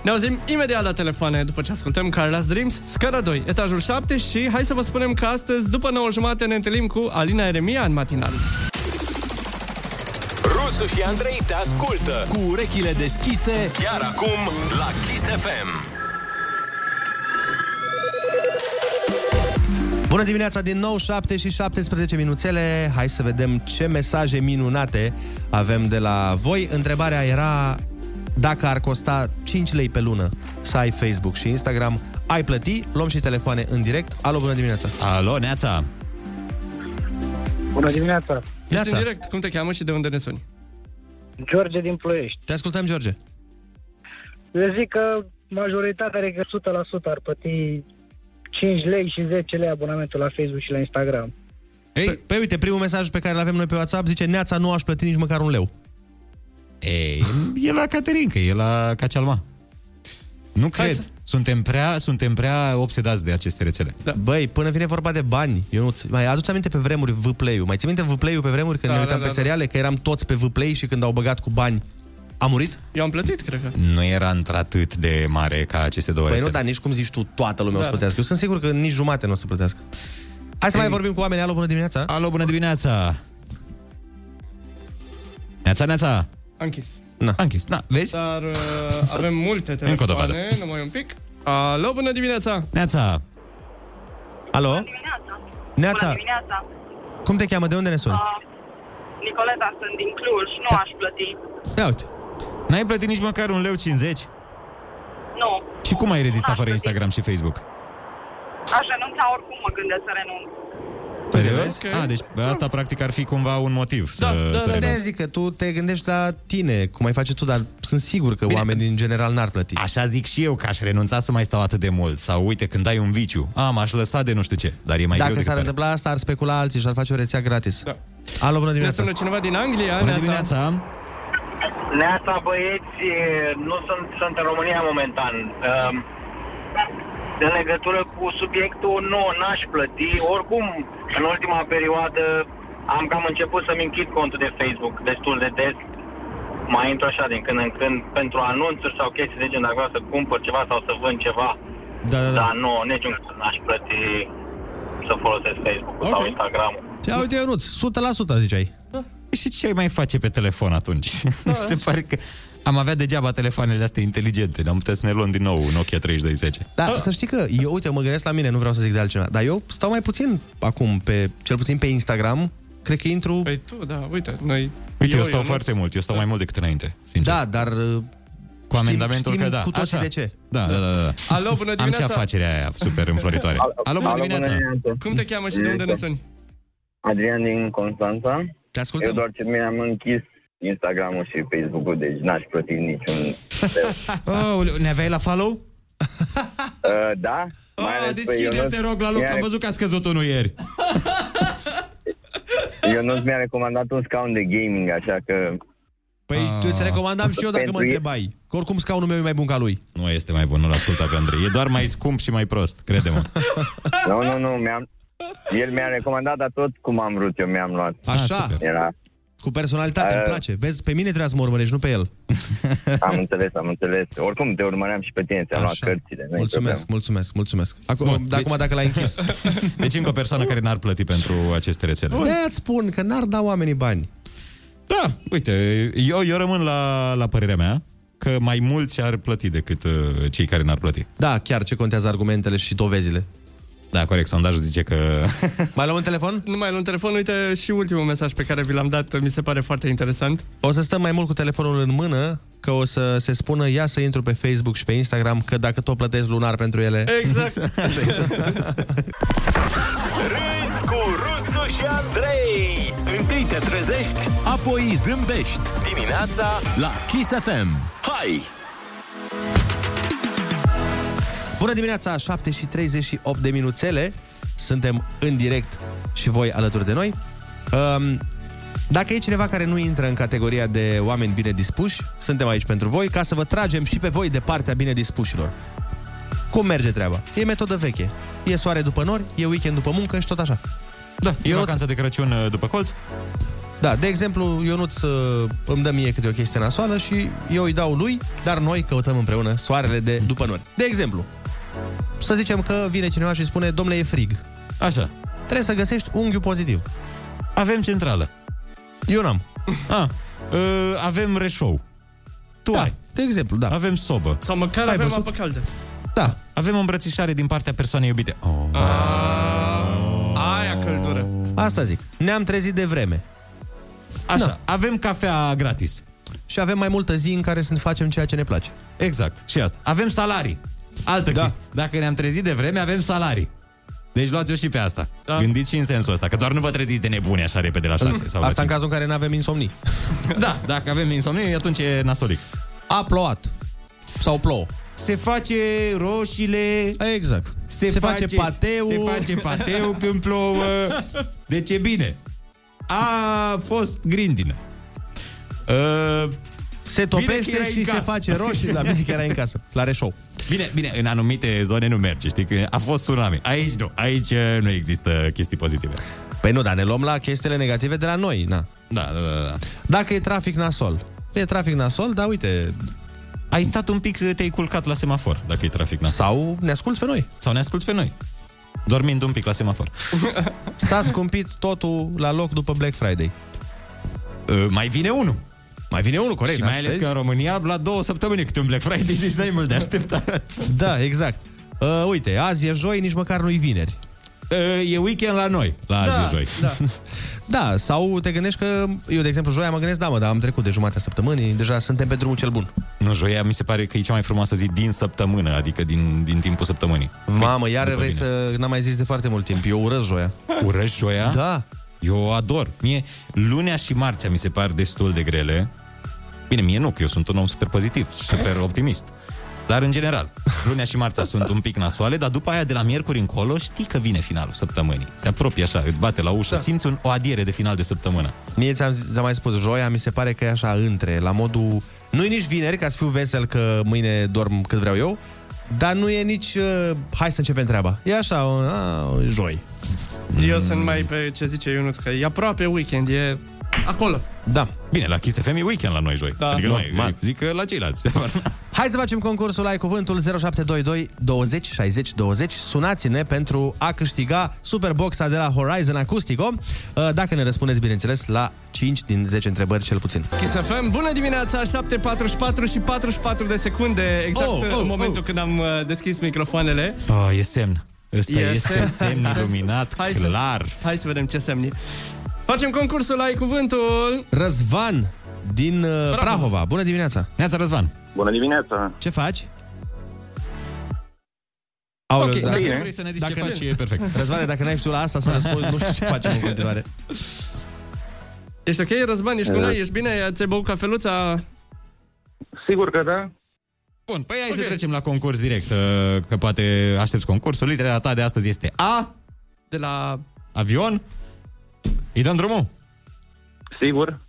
Ne auzim imediat la telefoane după ce ascultăm Carla's Dreams, scara 2, etajul 7 și hai să vă spunem că astăzi, după 9 jumate, ne întâlnim cu Alina Eremia în matinal.
Rusu și Andrei te ascultă
Cu urechile deschise
Chiar acum la Kiss FM
Bună dimineața din nou, 7 și 17 minuțele. Hai să vedem ce mesaje minunate avem de la voi. Întrebarea era dacă ar costa 5 lei pe lună să ai Facebook și Instagram, ai plăti? Luăm și telefoane în direct. Alo, bună dimineața!
Alo, Neața!
Bună dimineața!
Ești în direct, cum te cheamă și de unde ne suni?
George din Ploiești.
Te ascultăm, George.
Eu zic că majoritatea, adică 100% ar plăti 5 lei și 10 lei abonamentul la Facebook și la Instagram.
Ei? Păi uite, primul mesaj pe care l avem noi pe WhatsApp zice Neața, nu aș plăti nici măcar un leu.
Ei, e la Caterinca, e la Cacealma. Nu cred. Să... Suntem, prea, suntem prea obsedați de aceste rețele.
Da. Băi, până vine vorba de bani, eu nu mai aduți aminte pe vremuri Vplay-ul. Mai ții minte Vplay-ul pe vremuri când
Da, da,
ne uitam
da,
pe
da.
seriale, că eram toți pe Vplay și când au băgat cu bani a murit?
Eu am plătit, cred că.
Nu era într-atât de mare ca aceste două
Păi nu,
rețele.
dar nici cum zici tu, toată lumea da, o
Da,
să
da.
plătească. Eu sunt sigur că nici jumate nu o să plătească. Hai să
Ei.
mai vorbim cu oamenii. Alo, bună dimineața!
Alo, bună dimineața! Neața, Neața!
A închis.
Na.
A închis, na, vezi?
Dar uh, avem multe
Încă o dovadă.
telefoane, numai un pic. Alo, bună dimineața!
Neața!
Alo? Neața,
dimineața!
cum te cheamă? De unde ne Da. suni?
Uh, Nicoleta, sunt din Cluj, nu aș plăti.
Ia uite.
N-ai plătit nici măcar un leu 50?
Nu,
Și cum ai rezistat fără Instagram și Facebook?
aș renunța oricum, mă gândesc să renunț.
Serios? Okay. A, deci asta practic ar fi cumva un motiv da, să, să
De
renunți.
zic că tu te gândești la tine, cum ai face tu, dar sunt sigur că oamenii în general n-ar plăti.
Așa zic și eu că aș renunța să mai stau atât de mult. Sau uite, când ai un viciu, a, m-aș lăsa de nu știu ce. Dar e mai greu
Dacă
decât
s-ar
pare.
întâmpla asta, ar specula alții și ar face o rețea gratis. Da. Alo, bună
Ne
dimineața!
sună cineva din Anglia.
Bună dimineața.
Neața, băieți, nu sunt, sunt în România momentan. Um, În legătură cu subiectul, nu, n-aș plăti. Oricum, în ultima perioadă am cam început să-mi închid contul de Facebook destul de des. Mai intru așa din când în când pentru anunțuri sau chestii de gen, dacă vreau să cumpăr ceva sau să vând ceva.
Da, da, da.
Dar nu, niciun caz n-aș plăti să folosesc Facebook-ul okay. sau Instagram-ul.
Ia uite, Ionuț, 100% ziceai. Da.
Și ce ai mai face pe telefon atunci? Mi se pare că am avea degeaba telefoanele astea inteligente, ne-am putea să ne luăm din nou un Nokia 3010.
Ah.
Da, să știi că eu, uite, mă gândesc la mine, nu vreau să zic de altceva, dar eu stau mai puțin acum, pe, cel puțin pe Instagram, cred că intru...
Păi tu, da, uite, noi...
Uite, eu, eu stau foarte mult, eu stau da. mai mult decât înainte, sincer.
Da, dar...
Cu amendamentul
știm
că da.
cu toții
Așa.
de ce.
Da, da, da, da.
Alo, bună dimineața!
Am și afacerea aia super înfloritoare. Alo, bună dimineața!
Cum te cheamă și de unde ne suni?
Adrian din Constanța.
Te ascultăm.
Eu doar ce mi-am închis Instagram-ul și Facebook-ul, deci n-aș plăti niciun leu.
Oh, ne aveai la follow?
Uh, da? Mai
Ah,
ales pe
deschide
Ionuț.
te rog la loc,
Mi-a-
am văzut că a scăzut unul ieri.
Ionuț mi-a recomandat un scaun de gaming, așa că...
Păi,
Ah.
Eu ți recomandam și eu dacă mă
Pentru-
întrebai. Că oricum scaunul meu e mai bun ca lui.
Nu este mai bun, nu-l asculta pe Andrei. E doar mai scump și mai prost, crede-mă.
Nu, nu, nu, mi-am... El mi-a recomandat, dar tot cum am vrut eu mi-am luat.
Așa. Ah, super.
Era...
Cu personalitate,
Ah.
îmi place. Vezi, pe mine trebuia să mă urmărești, nu pe el.
Am înțeles, am înțeles. Oricum, te urmăream și pe tine, ți-am luat cărțile. nu-i
Mulțumesc, mulțumesc, mulțumesc. Acum, Bun, acum dacă l-ai închis.
Deci încă o persoană care n-ar plăti pentru aceste rețele.
de îți spun că n-ar da oamenii bani.
Da, uite, eu, eu rămân la, la părerea mea că mai mulți ar plăti decât uh, cei care n-ar plăti.
Da, chiar ce contează argumentele și dovezile.
Da, corect, sondajul zice că...
Mai luăm un telefon?
Nu mai luăm telefon, uite și ultimul mesaj pe care vi l-am dat, mi se pare foarte interesant.
O să stăm mai mult cu telefonul în mână, că o să se spună ia să intru pe Facebook și pe Instagram, că dacă tot plătesc lunar pentru ele...
Exact.
Râzi cu Rusu și Andrei Întâi te trezești Apoi zâmbești Dimineața
La Kiss FM.
Hai!
Bună dimineața, 7 și 38 de minuțele. Suntem în direct și voi alături de noi. Um, dacă e cineva care nu intră în categoria de oameni bine dispuși, suntem aici pentru voi ca să vă tragem și pe voi de partea bine dispușilor. Cum merge treaba? E metodă veche. E soare după nori, e weekend după muncă și tot așa.
Da, e
Ionuț-
vacanța de Crăciun uh, după colț.
Da, de exemplu, Ionuț uh, îmi dă mie câte o chestie nasoală și eu îi dau lui, dar noi căutăm împreună soarele de după nori. De exemplu, să zicem că vine cineva și spune, domnule, e frig.
Așa.
Trebuie să găsești unghiul pozitiv.
Avem centrală.
Eu n-am.
Ah, uh, avem reșou. Tu da, ai.
de exemplu, da.
Avem sobă.
Sau măcar
Ai
avem
văzut?
apă caldă.
Da.
Avem o îmbrățișare din partea persoanei iubite. Oh.
Aia căldură.
Asta zic. Ne-am trezit de vreme. Da.
Așa, avem cafea gratis.
Și avem mai multă zi în care să facem ceea ce ne place.
Exact, și asta. Avem salarii. Altă da. chestie. Dacă ne-am trezit de vreme, avem salarii. Deci luați-o și pe asta. Da. Gândiți și în sensul ăsta, că doar nu vă treziți de nebune așa repede la 6 sau la
Asta
cinci.
în cazul în care nu avem insomnii.
Da, dacă avem insomnie, atunci e nasolic.
A plouat. Sau plouă.
Se face roșile...
Exact.
Se,
Se face pateu.
Se face pateu când plouă. Deci e bine. A fost grindină. Uh,
se topește și se face roșii, la bine că era în casă, la reșou.
Bine, bine, în anumite zone nu merge, știi, că a fost tsunami. Aici nu, aici uh, nu există chestii pozitive.
Păi nu, dar ne luăm la chestiile negative de la noi, na.
Da, da, da. da.
Dacă e trafic nasol. E trafic nasol, dar uite...
Ai stat un pic, te-ai culcat la semafor, dacă e trafic nasol.
Sau ne asculti pe noi.
Sau ne asculti pe noi. Dormind un pic la semafor.
S-a scumpit totul la loc după Black Friday.
Uh, mai vine unul.
Mai vine unul, corect.
Și
da,
mai ales
vezi?
că în România, la două săptămâni câte un Black Friday, deci n-ai mult de așteptat.
Da, exact. Uh, uite, azi e joi, nici măcar nu-i vineri.
Uh, e weekend la noi, la azi
Da,
e joi.
Da.
Da, sau te gândești că eu, de exemplu, joia mă gândesc, da, mă, dar am trecut de jumatea săptămânii, deja suntem pe drumul cel bun.
Nu, joia mi se pare că e cea mai frumoasă zi din săptămână, adică din, din timpul săptămânii.
Mamă, iar
După
vrei
mine.
să... N-am mai zis de foarte mult timp, eu urăsc joia.
Urăști joia?
Da.
Eu o ador. Mie, lunea și marțea mi se par destul de grele. Bine, mie nu, că eu sunt un om super pozitiv, super optimist. Dar în general, lunea și marțea sunt un pic nasoale, dar după aia de la miercuri încolo știi că vine finalul săptămânii. Se apropie așa, îți bate la ușă, da. simți un, o adiere de final de săptămână.
Mie ți-am, zis- ți-am mai spus, joia mi se pare că e așa între, la modul... Nu-i nici vineri, ca să fiu vesel că mâine dorm cât vreau eu, dar nu e nici... Uh, hai să începem treaba. E așa, un, a, un joi.
Eu sunt mai pe ce zice Ionuț, că e aproape weekend, e acolo.
Da.
Bine, la Kiss FM e weekend la noi joi. Da, adică
Normal.
Noi, zic că la ceilalți.
Hai să facem concursul Ai Cuvântul 0722 20 60 20. Sunați-ne pentru a câștiga Superboxa de la Horizon Acoustico, uh, dacă ne răspundeți, bineînțeles, la 5 din 10 întrebări cel puțin.
Kiss FM, bună dimineața, 744 și 44 de secunde, exact
Oh,
oh,
oh,
în momentul oh. când am uh, deschis microfoanele.
Oh, e semn. Ăsta este, este semn iluminat,
Hai
clar.
Să, hai să vedem ce semn e. Facem concursul, ai cuvântul.
Răzvan din uh, Prahova. Bună dimineața!
Neața Răzvan!
Bună dimineața!
Ce faci? Aoleu,
Ok, dacă vrei să ne zici ce faci, e
Păi.
perfect.
Răzvane, dacă n-ai știut la asta să răspunzi, nu știu ce facem în continuare.
Ești ok, Răzvan? Ești cu
Exact.
noi? Ești bine? Ți-ai băut cafeluța?
Sigur că da.
Bun, păi hai okay. să trecem la concurs direct, uh, că poate aștepți concursul. Litera ta de astăzi este A.
De la...
Avion. Îi dăm drumul?
Sigur.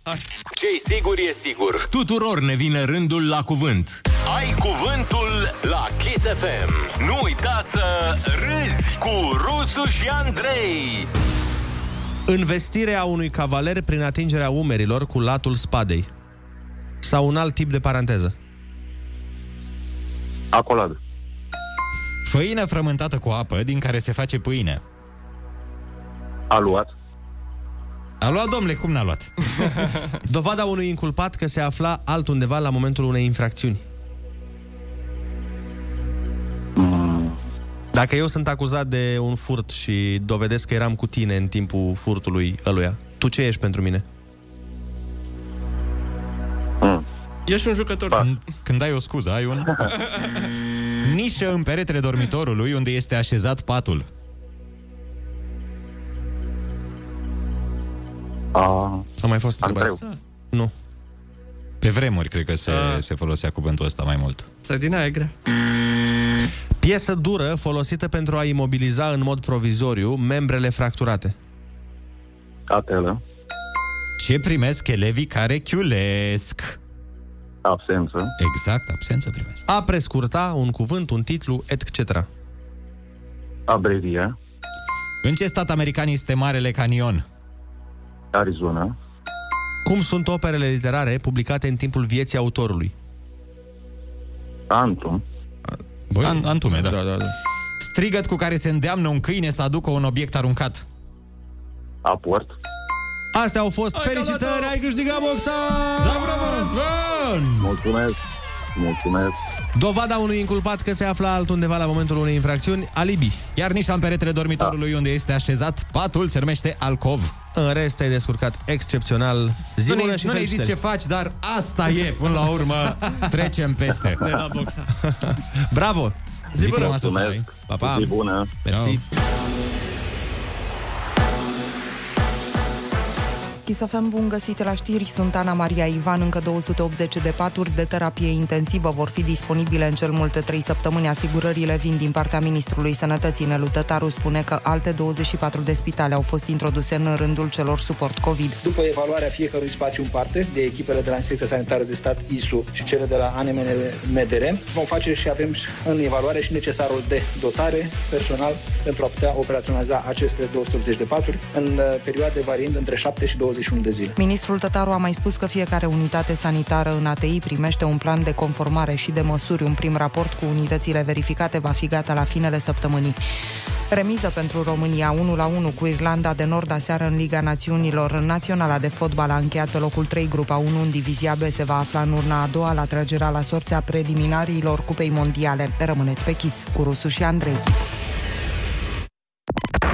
ce sigur e sigur.
Tuturor ne vine rândul la cuvânt.
Ai cuvântul la Kiss FM. Nu uita să râzi cu Rusu și Andrei.
Învestirea unui cavaler prin atingerea umerilor cu latul spadei. Sau un alt tip de paranteză.
Acoladă.
Făină frământată cu apă din care se face pâine.
A luat.
A luat, domnule, cum n-a luat?
Dovada unui inculpat că se afla altundeva la momentul unei infracțiuni. Dacă eu sunt acuzat de un furt și dovedesc că eram cu tine în timpul furtului ăluia, tu ce ești pentru mine?
Ești un jucător.
Când, când ai o scuză, ai un... Nișă în peretele dormitorului unde este așezat patul.
A...
A mai fost
întrebarea
asta? Nu.
Pe vremuri, cred că se,
Ah.
se folosea cuvântul ăsta mai mult.
Sădina e grea.
Piesă dură folosită pentru a imobiliza în mod provizoriu membrele fracturate.
Atelă.
Ce primesc elevii care chiulesc?
Absență.
Exact, absență primesc.
A prescurta un cuvânt, un titlu, etc.
Abrevia.
În ce stat american este Marele Canion?
Arizona.
Cum sunt operele literare publicate în timpul vieții autorului?
Antum.
Băi, An- antume, da. Da, da, da. Strigăt cu care se îndeamnă un câine să aducă un obiect aruncat.
Aport.
Astea au fost. Felicitări, ai câștigat boxa! Da,
bravo, Răzvan!
Mulțumesc. Mulțumesc.
Dovada unui inculpat că se afla altundeva la momentul unei infracțiuni, alibi.
Iar nici în peretele dormitorului unde este așezat patul se numește alcov.
În rest, te-ai descurcat excepțional. Zi
nu
bună
ne,
și
nu ne zici
felicitări.
ce faci, dar asta e, până la urmă, trecem peste.
De la boxa.
Bravo!
Zi bună. frumoasă să ai.
Pa, pa.
Zi
bună.
Mersi.
Chisafem, bun găsit la știri, sunt Ana Maria Ivan, încă 280 de paturi de terapie intensivă vor fi disponibile în cel mult 3 săptămâni. Asigurările vin din partea Ministrului Sănătății. Nelu Tătaru spune că alte 24 de spitale au fost introduse în rândul celor suport COVID.
După evaluarea fiecărui spațiu în parte de echipele de la Inspecția Sanitară de Stat ISU și cele de la ANMDR, vom face și avem în evaluare și necesarul de dotare personal pentru a putea operaționaliza aceste 280 de paturi în uh, perioade variind între 7 și 21 de zile.
Ministrul Tătaru a mai spus că fiecare unitate sanitară în ATI primește un plan de conformare și de măsuri. Un prim raport cu unitățile verificate va fi gata la finele săptămânii. Remiză pentru România 1 la 1 cu Irlanda de Nord aseară în Liga Națiunilor. Naționala de fotbal a încheiat pe locul 3 grupa 1 în divizia B se va afla în urna a doua la tragerea la sorți a preliminariilor Cupei Mondiale. Rămâneți pe chis cu Rusu și Andrei.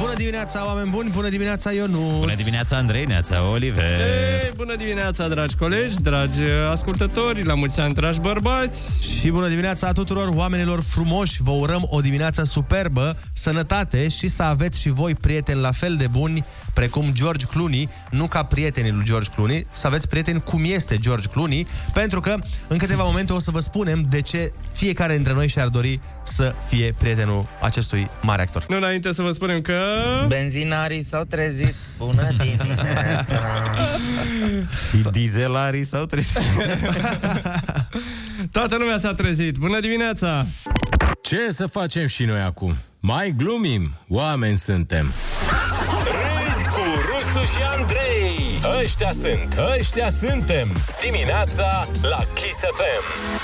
Bună dimineața, oameni buni! Bună dimineața, Ionuț!
Bună dimineața, Andrei, neața, Oliver.
Ei, bună dimineața, dragi colegi, dragi uh, ascultători, la mulți ani, dragi bărbați.
Și bună dimineața tuturor oamenilor frumoși! Vă urăm o dimineață superbă, sănătate și să aveți și voi prieteni la fel de buni precum George Clooney, nu ca prietenii lui George Clooney, să aveți prieteni cum este George Clooney, pentru că în câteva momente o să vă spunem de ce fiecare dintre noi și-ar dori să fie prietenul acestui mare actor.
Nu înainte să vă spunem că
Benzinarii s-au trezit. Bună dimineața!
Și dizelarii s-au trezit.
Toată lumea s-a trezit. Bună dimineața!
Ce să facem și noi acum? Mai glumim, oameni suntem.
Râzi cu Rusu și Andrei. Ăștia sunt, ăștia suntem. Dimineața la Kiss FM.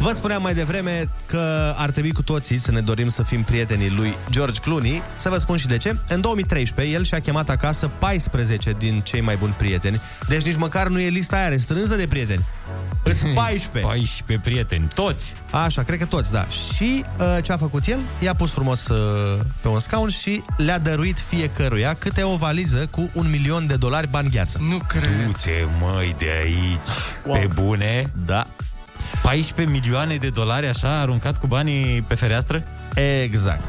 Vă spuneam mai devreme că ar trebui cu toții să ne dorim să fim prietenii lui George Clooney. Să vă spun și de ce. În 2013, el și-a chemat acasă 14 din cei mai buni prieteni. Deci nici măcar nu e lista aia restrânsă de prieteni. Îs 14.
14 prieteni, toți.
Așa, cred că toți, da. Și uh, ce a făcut el? I-a pus frumos uh, pe un scaun și le-a dăruit fiecăruia câte o valiză cu un milion de dolari bani gheață.
Nu cred.
Du-te, măi, de aici, wow. pe bune.
Da.
14 milioane de dolari, așa, aruncat cu banii pe fereastră?
Exact.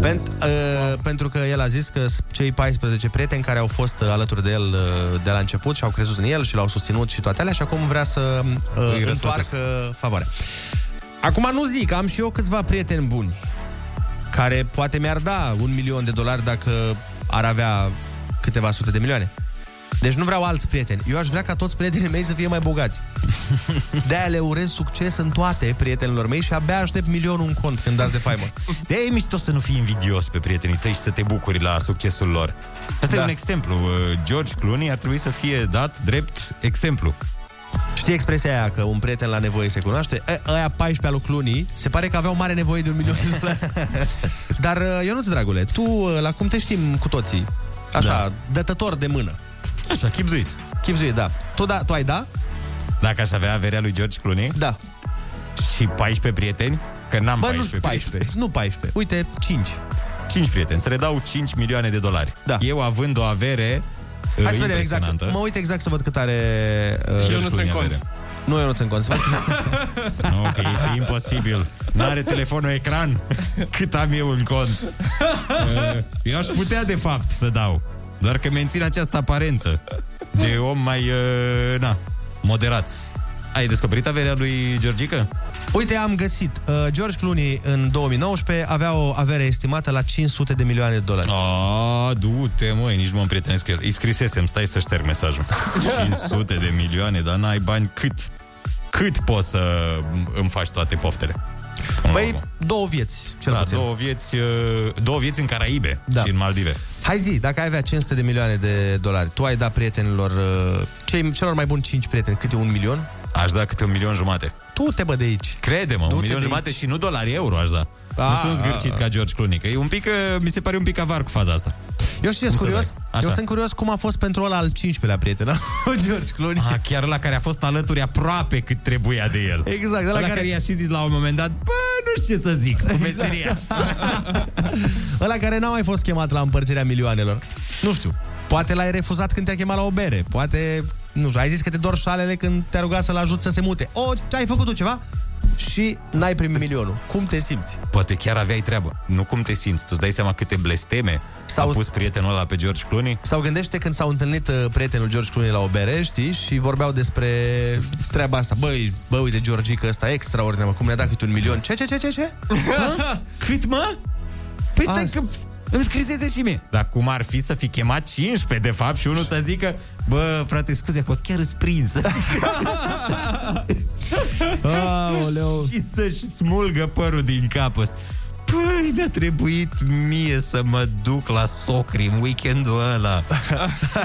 Pent, uh, pentru că el a zis că s- cei 14 prieteni care au fost uh, alături de el uh, de la început și au crezut în el și l-au susținut și toate alea și acum vrea să
Îi
uh,
răsplătesc.
întoarcă favoarea. Acum nu zic, am și eu câțiva prieteni buni care poate mi-ar da un milion de dolari dacă ar avea câteva sute de milioane. Deci nu vreau alți prieteni. Eu aș vrea ca toți prietenii mei să fie mai bogați. De-aia le urez succes în toate prietenilor mei și abia aștept milionul în cont când dați de faimă.
De e mișto să nu fii invidios pe prietenii tăi și să te bucuri la succesul lor. Asta da.
Da.
e un exemplu. Uh, George Clooney ar trebui să fie dat drept exemplu.
Știi expresia aia că un prieten la nevoie se cunoaște? E, aia 14 al lui Clooney, se pare că aveau mare nevoie de un milion de dolari. Dar, uh, Ionuț, dragule, tu, uh, la cum te știm cu toții, așa, da. dătător de mână.
Așa, chipzuit.
Chipzuit, da. Tu, da, tu ai da?
Dacă aș avea averea lui George Clooney?
Da.
Și 14 prieteni? Că n-am
Bă, nu
14
14, nu 14. Uite, 5.
5 prieteni. Să redau 5 milioane de dolari. Da. Eu având o avere uh,
Hai să vedem exact.
impresionantă.
Mă uit exact să văd cât are... uh,
George Ionuț în Clooney cont. avere.
Nu, eu nu țin cont. Să văd-
Nu, că este imposibil. N-are telefonul ecran. Cât am eu în cont. Uh, Eu aș putea, de fapt, să dau. Doar că mențin această aparență de om mai, uh, na, moderat. Ai descoperit averea lui Georgica?
Uite, am găsit. Uh, George Clooney în 2019 avea o avere estimată la 500 de milioane de dolari.
A, du-te, măi, nici nu mă împrietenesc cu el. Îi scrisesem, stai să șterg mesajul. 500 de milioane, dar n-ai bani cât? Cât poți să îmi faci toate poftele?
Păi, două vieți, cel
da,
puțin.
două vieți, uh, două vieți în Caraibe da.
Da.
și în Maldive.
Hai zi, dacă ai avea 500 de milioane de dolari, tu ai da prietenilor, uh, cei, celor mai buni 5 prieteni, câte un milion?
Aș da câte un milion jumate.
Tu te bă de aici.
Crede-mă, un
Du-te
milion
de
jumate și nu dolari, euro aș da.
A,
nu sunt zgârcit
a.
ca George Clooney, că e un pic, uh, mi se pare un pic avar cu faza asta.
Eu știu,
Cum
sunt
să
curios.
dai? Așa.
Eu sunt curios cum a fost pentru ăla al 15-lea prieten al lui George Clooney.
A, chiar la care a fost alături aproape cât trebuia de el.
Exact,
la care...
ăla
Exact.
care-
care i-a și zis la un moment dat, bă, nu știu ce să zic, cu meseria asta.
Ăla care n-a mai fost chemat la împărțirea milioanelor. Nu știu. Poate l-ai refuzat când te-a chemat la o bere. Poate, nu știu, ai zis că te dor șalele când te-a rugat să-l ajut să se mute. O, ce ai făcut tu ceva? Și n-ai primit milionul. Cum te simți?
Poate chiar aveai treabă. Nu cum te simți. Tu îți dai seama câte blesteme Sau... a pus prietenul ăla pe George Clooney?
Sau gândește când s-au întâlnit uh, prietenul George Clooney la o bere, știi, și vorbeau despre treaba asta. Băi, bă, uite, Georgica ăsta e extraordinar, mă, cum ne-a dat câte un milion. Ce, ce, ce, ce, ce?
Hă? Cât mă? Păi stai că îmi scrisese și mie. Dar cum ar fi să fi chemat 15, de fapt, și unul să zică, bă, frate, scuze, bă, chiar îți prins.
Aoleu.
și să-și smulgă părul din cap ăsta. Păi, mi-a trebuit mie să mă duc la socri în weekendul ăla.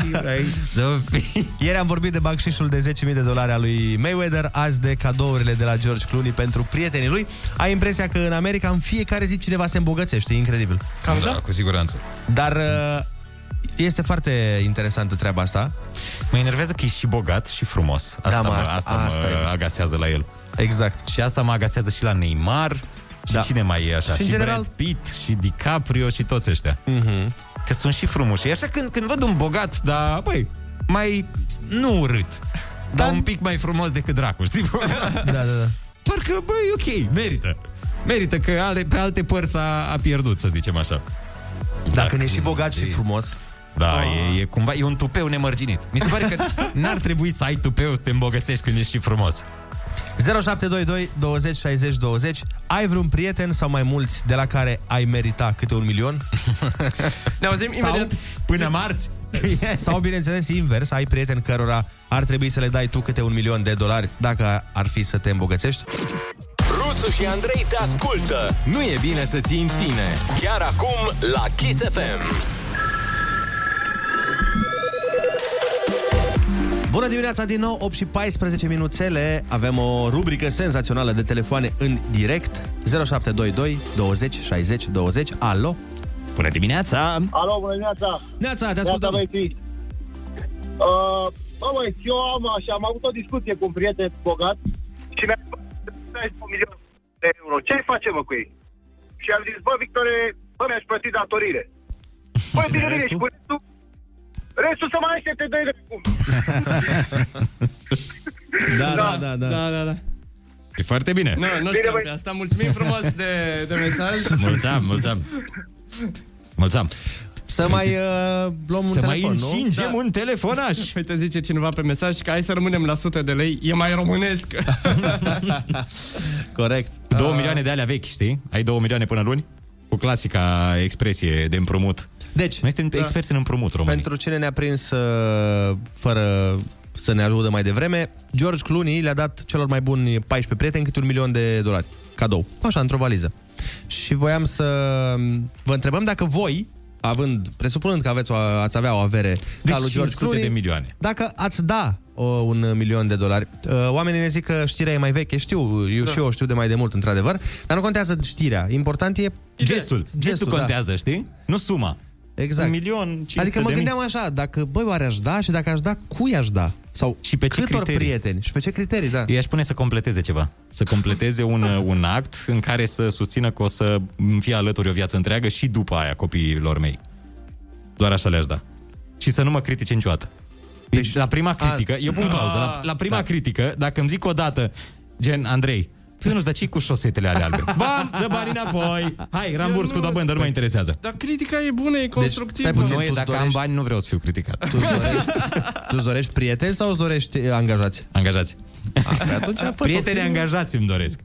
Firai să fii.
Ieri am vorbit de bagșișul de 10.000 de dolari al lui Mayweather, azi de cadourile de la George Clooney pentru prietenii lui. Ai impresia că în America în fiecare zi cineva se îmbogățește, e incredibil.
da, cu siguranță.
Dar uh, este foarte interesantă treaba asta.
Mă enervează că e și bogat și frumos. Asta,
Da, mă,
mă, asta,
asta-
asta,
asta
mă
e.
agasează la el.
Exact.
Și asta mă agasează și la Neymar. Și da.
Da.
cine mai e așa?
Și
Și,
în
și general...
general- Mhm.
Brad Pitt, și DiCaprio, și toți ăștia. Mm-hmm. Că sunt și frumoși. E așa când, când văd un bogat, dar, băi, mai... nu urât. Dar un pic mai frumos decât dracu, știi?
Da, da, da.
Parcă, băi, ok, merită. Merită că ale, pe alte părți a, a pierdut, să zicem așa.
Dar când ești și bogat și frumos... Ah.
Da, e, e cumva, e un tupeu nemărginit. Mi se pare că n-ar trebui să ai tupeu să te îmbogățești când ești și frumos.
0722 20 60 20 Ai vreun prieten sau mai mulți de la care ai merita câte un milion?
Ne auzim
Sau-
imediat.
Până marți? Sau, bineînțeles, invers, ai prieteni cărora ar trebui să le dai tu câte un milion de dolari dacă ar fi să te îmbogățești?
Rusu și Andrei te ascultă. Nu e bine să ții în tine. Chiar acum la Kiss FM.
Bună dimineața din nou, 8 și 14 minuțele. Avem o rubrică senzațională de telefoane în direct. 0722 20 60 20. Alo?
Bună dimineața!
Alo, bună dimineața!
Neața, te ascultăm.
Neața, băieții. Uh, bă, băi, eu am așa, am avut o discuție cu un prieten bogat și mi-a zis, "Bă, dai un milion de euro, ce ai face, mă, cu ei? Și am zis, bă, Victore, bă, mi-aș plăti datorire. Băi, bine, bine, și cu restul? Restul să mai aștepte doi de cum.
Da, da, da, da.
da, da, da.
E foarte bine.
Nu, nu știam pe asta. Mulțumim frumos de, de mesaj.
Mulțumim, mulțumim. Mulțumim.
Să mai uh, luăm un
Să
telefon,
mai
nu?
încingem un telefonaș. Da. Uite, zice cineva pe mesaj că hai să rămânem la 100 de lei, e mai românesc.
Corect.
Ah.
2 milioane de alea vechi, știi? Ai 2 milioane până luni? Cu clasica expresie de împrumut.
Deci,
Noi suntem
da.
experți în împrumut români.
Pentru cine ne-a prins uh, fără să ne ajute mai devreme, George Clooney le-a dat celor mai buni 14 prieteni câte un milion de dolari. Cadou. Așa, într-o valiză. Și voiam să vă întrebăm dacă voi, având, presupunând că aveți o, ați avea o avere
Deci
ca lui George
500 de
Clooney,
milioane.
dacă ați da o, un milion de dolari, uh, oamenii ne zic că știrea e mai veche, știu, eu da. și eu o știu de mai de mult, într-adevăr, dar nu contează știrea, important e
Gestul. Gestul
da.
contează, știi? Nu suma.
Exact.
Un milion, 500
Adică mă
de
gândeam
mii.
așa, dacă, băi, oare aș da și dacă aș da, cui aș da? Sau și pe
ce
câtor
criterii?
prieteni? Și pe ce criterii, da.
I-aș pune să completeze ceva. Să completeze un, un act în care să susțină că o să îmi fie alături o viață întreagă și după aia copiilor mei. Doar așa le-aș da. Și să nu mă critice niciodată. Deci, la prima critică, eu pun
Ah.
pauză, la, la prima da. critică, dacă îmi zic odată, gen Andrei, Ionuț, dar ce cu șosetele alea albe? Bam, dă bani înapoi. Hai, ramburs cu dobândă, dar nu mă interesează.
Dar critica e bună, e
Deci,
Deci,
constructivă.
nu, e, dacă am bani, nu vreau să fiu criticat.
Tu îți dorești prieteni sau îți dorești eh, angajați? Ah, păi
Angajați.
atunci fă-ți o
Prieteni
firmă.
angajați îmi doresc.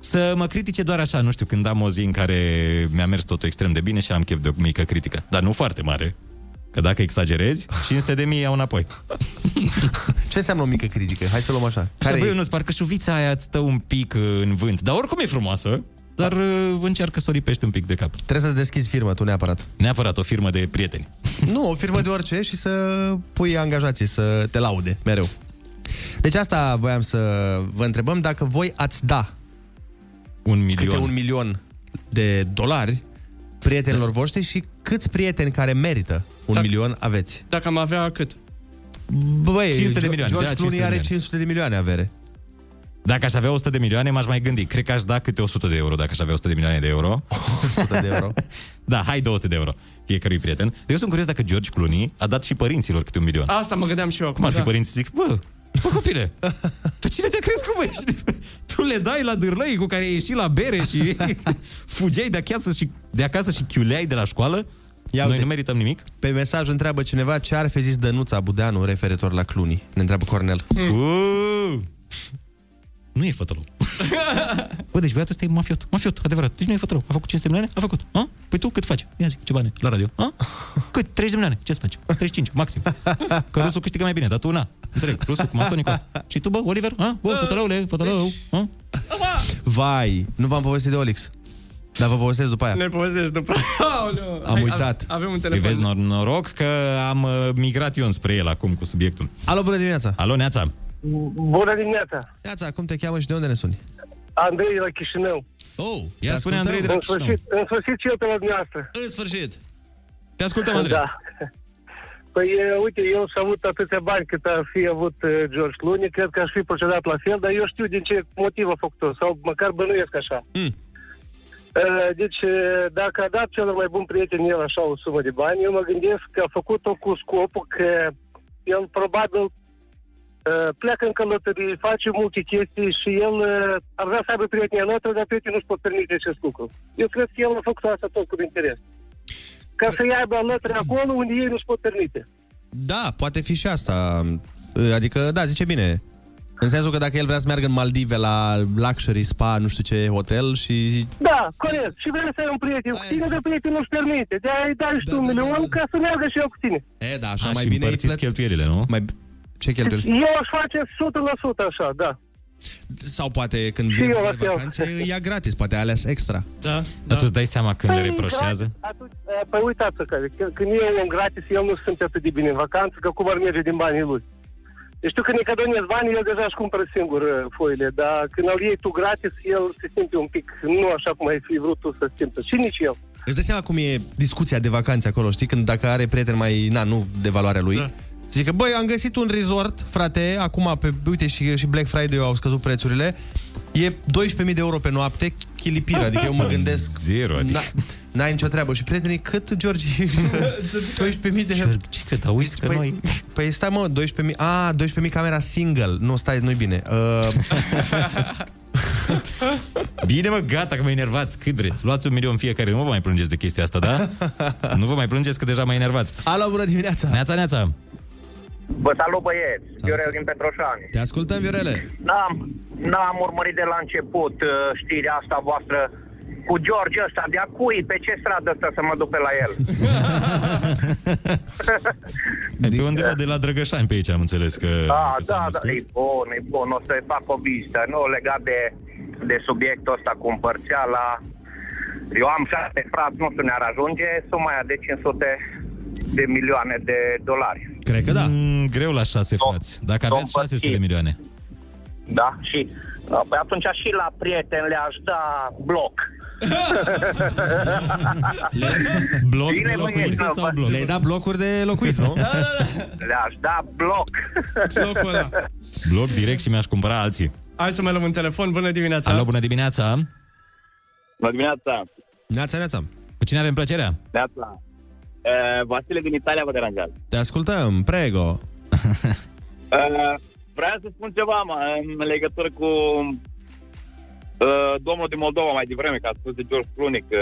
Să mă critique doar așa, nu știu, când am o zi în care mi-a mers totul extrem de bine și am chef de o mică critică. Dar nu foarte mare. Că dacă exagerezi, 500 de mii iau înapoi.
Ce înseamnă o mică critică? Hai să luăm așa.
Care
e?
și băi, nu parcă șuvița aia îți stă un pic uh, în vânt. Dar oricum e frumoasă, dar uh, încearcă să o lipești un pic de cap.
Trebuie să-ți deschizi firma tu neapărat.
Neapărat o firmă de prieteni.
Nu, o firmă de orice și să pui angajații să te laude mereu. Deci asta voiam să vă întrebăm dacă voi ați da
un milion.
câte un milion de dolari prietenilor
Da.
voștri și câți prieteni care merită un milion aveți.
Dacă am avea cât?
Băi,
500 de milioane,
George
da,
Clooney
500 de
are
milioane.
500 de milioane avere.
Dacă aș avea 100 de milioane, m-aș mai gândi. Cred că aș da câte 100 de euro dacă aș avea 100 de milioane de euro.
100 de euro.
da, hai 200 de euro fiecărui prieten. Eu sunt curios dacă George Clooney a dat și părinților câte un milion.
Ah,
Asta mă gândeam și eu acum.
Cum ar fi
da.
părinții? Zic, bă, bă copile, tu cine te-a crescut, băi? Și Tu le dai la dârlăi cu care ai ieșit la bere și fugeai de acasă și, de acasă și chiuleai de la școală?
Ia
Noi
uite.
nu merităm nimic?
Pe mesaj întreabă cineva ce ar fi zis Dănuța Budeanu referitor la Clooney. Ne întreabă Cornel.
Mm. Nu e fătălău. Bă, deci băiatul ăsta e mafiot, mafiot, adevărat. Deci nu e fătălău. A făcut 500 de milioane? A făcut. A? Păi tu cât faci? Ia zi, ce bani ai la radio? A? Cât? 30 de milioane. Ce-ți place? 35, maxim. Că rusul câștigă mai bine, dar tu na. Înțeleg, rusul cu masonicul. ăsta. Și tu, bă, Oliver? A? Bă, fătălăule, fătălău. A?
Vai, nu v-am povestit de Olix. Dar vă povestesc după aia.
Ne povestești după... Aoleu.
Am uitat.
Avem un
Păi
telefon.
vezi, nor- noroc că am uh, migrat eu spre el acum cu subiectul.
Alo, bună dimineața!
Alo, Neața!
Bună dimineața!
Neața, cum te cheamă și de unde ne suni?
Andrei la Chișinău.
Oh,
Ia spune, Andrei, de la
în
Chișinău.
sfârșit, în sfârșit și eu pe la dumneavoastră.
În sfârșit.
Te ascultăm, Andrei.
Da. Păi, e, uite, eu și-am avut atâția bani cât ar fi avut e, George Clooney, cred că aș fi procedat la fel, dar eu știu din ce motiv a făcut-o, sau măcar bănuiesc așa.
Mm.
E, Deci, e, dacă a dat celor mai bun prieten el așa o sumă de bani, eu mă gândesc că a făcut-o cu scopul că el probabil Uh, pleacă în călătorie, face multe chestii și el uh, ar vrea să aibă prietenia noastră, dar prietenii nu-și pot permite acest lucru. Eu cred că el a făcut asta tot cu interes. Ca să-i aibă alături acolo unde ei nu-și pot permite.
Da, poate fi și asta. Adică, da, zice bine. În sensul că dacă el vrea să meargă în Maldive la luxury spa, nu știu ce hotel și zi-
Da, corect. Și vrei să ai un prieten cu tine, de prieten nu-și permite. De-aia îi
Da,
dai și tu un milion ca să meargă și eu cu tine.
E, da, așa
A,
mai
și
bine
împărțiți cheltuielile, nu?
Mai... Ce cheltuieli?
Eu aș face 100% așa, da.
Sau poate când vine
eu
de
las eu.
vacanțe, îi ia gratis, poate a ales extra.
Da, da.
Dar tu îți dai seama când le
Păi,
reproșează?
gratis, Atunci, e, păi uitați-vă că când- când eu om gratis, eu nu sunt atât de bine în vacanță, că cum ar merge din banii lui. Deci tu când îi cadonezi banii, el deja își cumpără singur e, foile, dar când îl iei tu gratis, el se simte un pic nu așa cum ai fi vrut tu să simtă. Și nici eu.
Îți dai seama cum e discuția de vacanțe acolo, știi? Când dacă are prieten mai, na, nu de valoarea lui, da. zice că, băi, am găsit un resort, frate, acum, pe, uite, și, și Black Friday au scăzut prețurile, e 12.000 de euro pe noapte, chilipiră, adică eu mă gândesc...
Zero, adică...
N-ai nicio treabă. Și prietenii, cât, George? 12.000 de euro.
Ce că, dar uiți că
păi, noi... Păi stai, mă, 12.000... A, 12.000 camera single. Nu, stai, nu-i bine. Uh,
Bine mă, gata că mă enervați, cât vreți. Luați un milion fiecare, nu vă mai plângeți de chestia asta, da? nu vă mai plângeți că deja mă enervați.
Alo, bună dimineața!
Neața, neața!
Vă salut băieți, Viorel din Petroșani.
Te ascultăm, Viorele.
N-am, n-am urmărit de la început uh, știrea asta voastră cu George ăsta, de-a cui, pe ce stradă ăsta să mă duc pe la el?
Ai Pe undeva de la Drăgășani pe aici am înțeles că...
Ah,
că s-a
da, da,
născut.
e bun, e bun, o să-i fac o vizită, nu, legat de, de subiectul ăsta cu împărțeala. Eu am șase frați, nu știu, ne-ar ajunge suma aia de 500 de milioane de dolari.
Cred că da.
Mm, greu la șase frați. Dacă aveți 600 de milioane.
Da? Și uh, păi atunci și la prieten le-aș da bloc.
bloc
Bine, băieți, vă-
Le-ai dat blocuri de locuit, nu?
Da,
Le-aș da bloc.
Blocul ăla.
Bloc direct și mi-aș cumpăra alții.
Hai să mai luăm un telefon. Bună dimineața.
Da.
Alo, bună dimineața!
Bună dimineața!
Neața, neața!
Cu cine avem plăcerea?
Neața! Uh, Vasile din Italia vă deranjează.
Te ascultăm, prego!
Uh, vreau să spun ceva mă, în legătură cu uh, domnul din Moldova mai devreme, că a spus de George Clooney că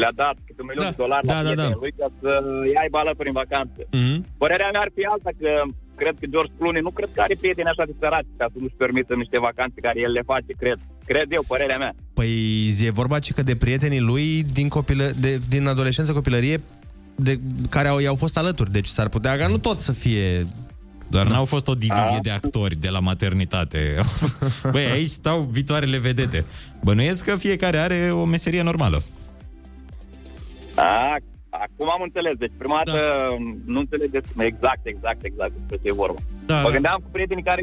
le-a dat câte un milion da. de dolari
Da,
la
da,
prietenii
da.
lui ca să îi aibă alături în vacanță.
Mm-hmm.
Părerea mea ar fi alta că cred că George Clooney nu cred că are prieteni așa de săraci ca să nu-și permită niște vacanțe care el le face, cred. Cred eu, părerea mea.
Păi e vorba și că de prietenii lui din, copilă, de, din adolescență, copilărie, de, care au, i-au fost alături. Deci s-ar putea ca nu tot să fie...
Doar n-au fost o divizie de actori de la maternitate. Băi, aici stau viitoarele vedete. Bănuiesc că fiecare are o meserie normală.
A, acum am înțeles. Deci prima
Da.
dată nu înțelegeți exact, exact, exact despre ce e vorba.
Da,
mă
da.
gândeam cu prietenii care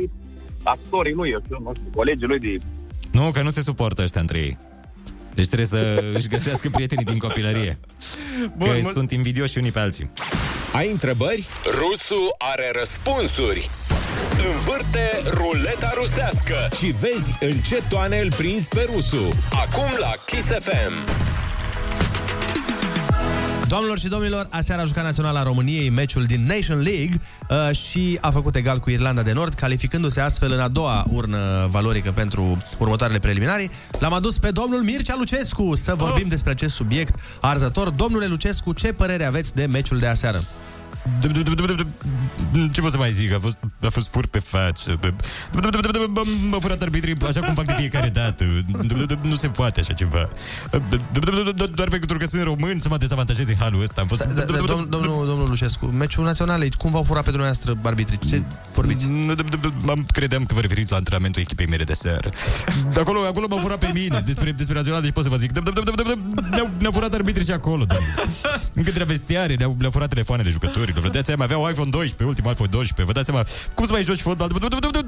actorii lui, eu știu, nu știu, colegii lui de...
Nu, că nu se suportă ăștia între ei. Deci trebuie să își găsească prietenii din copilărie. Bun, că
mul-
sunt invidioși unii pe alții.
Ai întrebări? Rusu are răspunsuri. Învârte ruleta rusească și vezi în ce toane îl prins pe Rusu. Acum la Kiss FM.
Doamnelor și domnilor, aseară a jucat Naționala României meciul din Nation League uh, și a făcut egal cu Irlanda de Nord, calificându-se astfel în a doua urnă valorică pentru următoarele preliminari. L-am adus pe domnul Mircea Lucescu să vorbim
Oh.
despre acest subiect arzător. Domnule Lucescu, ce părere aveți de meciul de aseară?
Ce vă să mai zic? A fost, a fost fur pe față. M-au furat arbitrii așa cum fac de fiecare dată. Nu se poate așa ceva. Doar pentru că sunt român să mă dezavantajez în halul ăsta. Am fost...
Da, da, dom- domnul, domnul Lucescu, meciul național aici, cum v-au furat pe dumneavoastră arbitrii? Ce vorbiți?
Mm, Am, credeam că vă referiți la antrenamentul echipei mele de seară. Acolo, acolo m-au furat pe mine despre, despre național, deci pot să vă zic. Ne-au, ne-au furat arbitrii și acolo. domnule. Încă de la vestiare, ne-au, ne-au furat telefoanele jucătorilor. Vă dați seama, aveau iPhone 12, ultimul iPhone 12. Vă dați seama, cum să mai joci fotbal?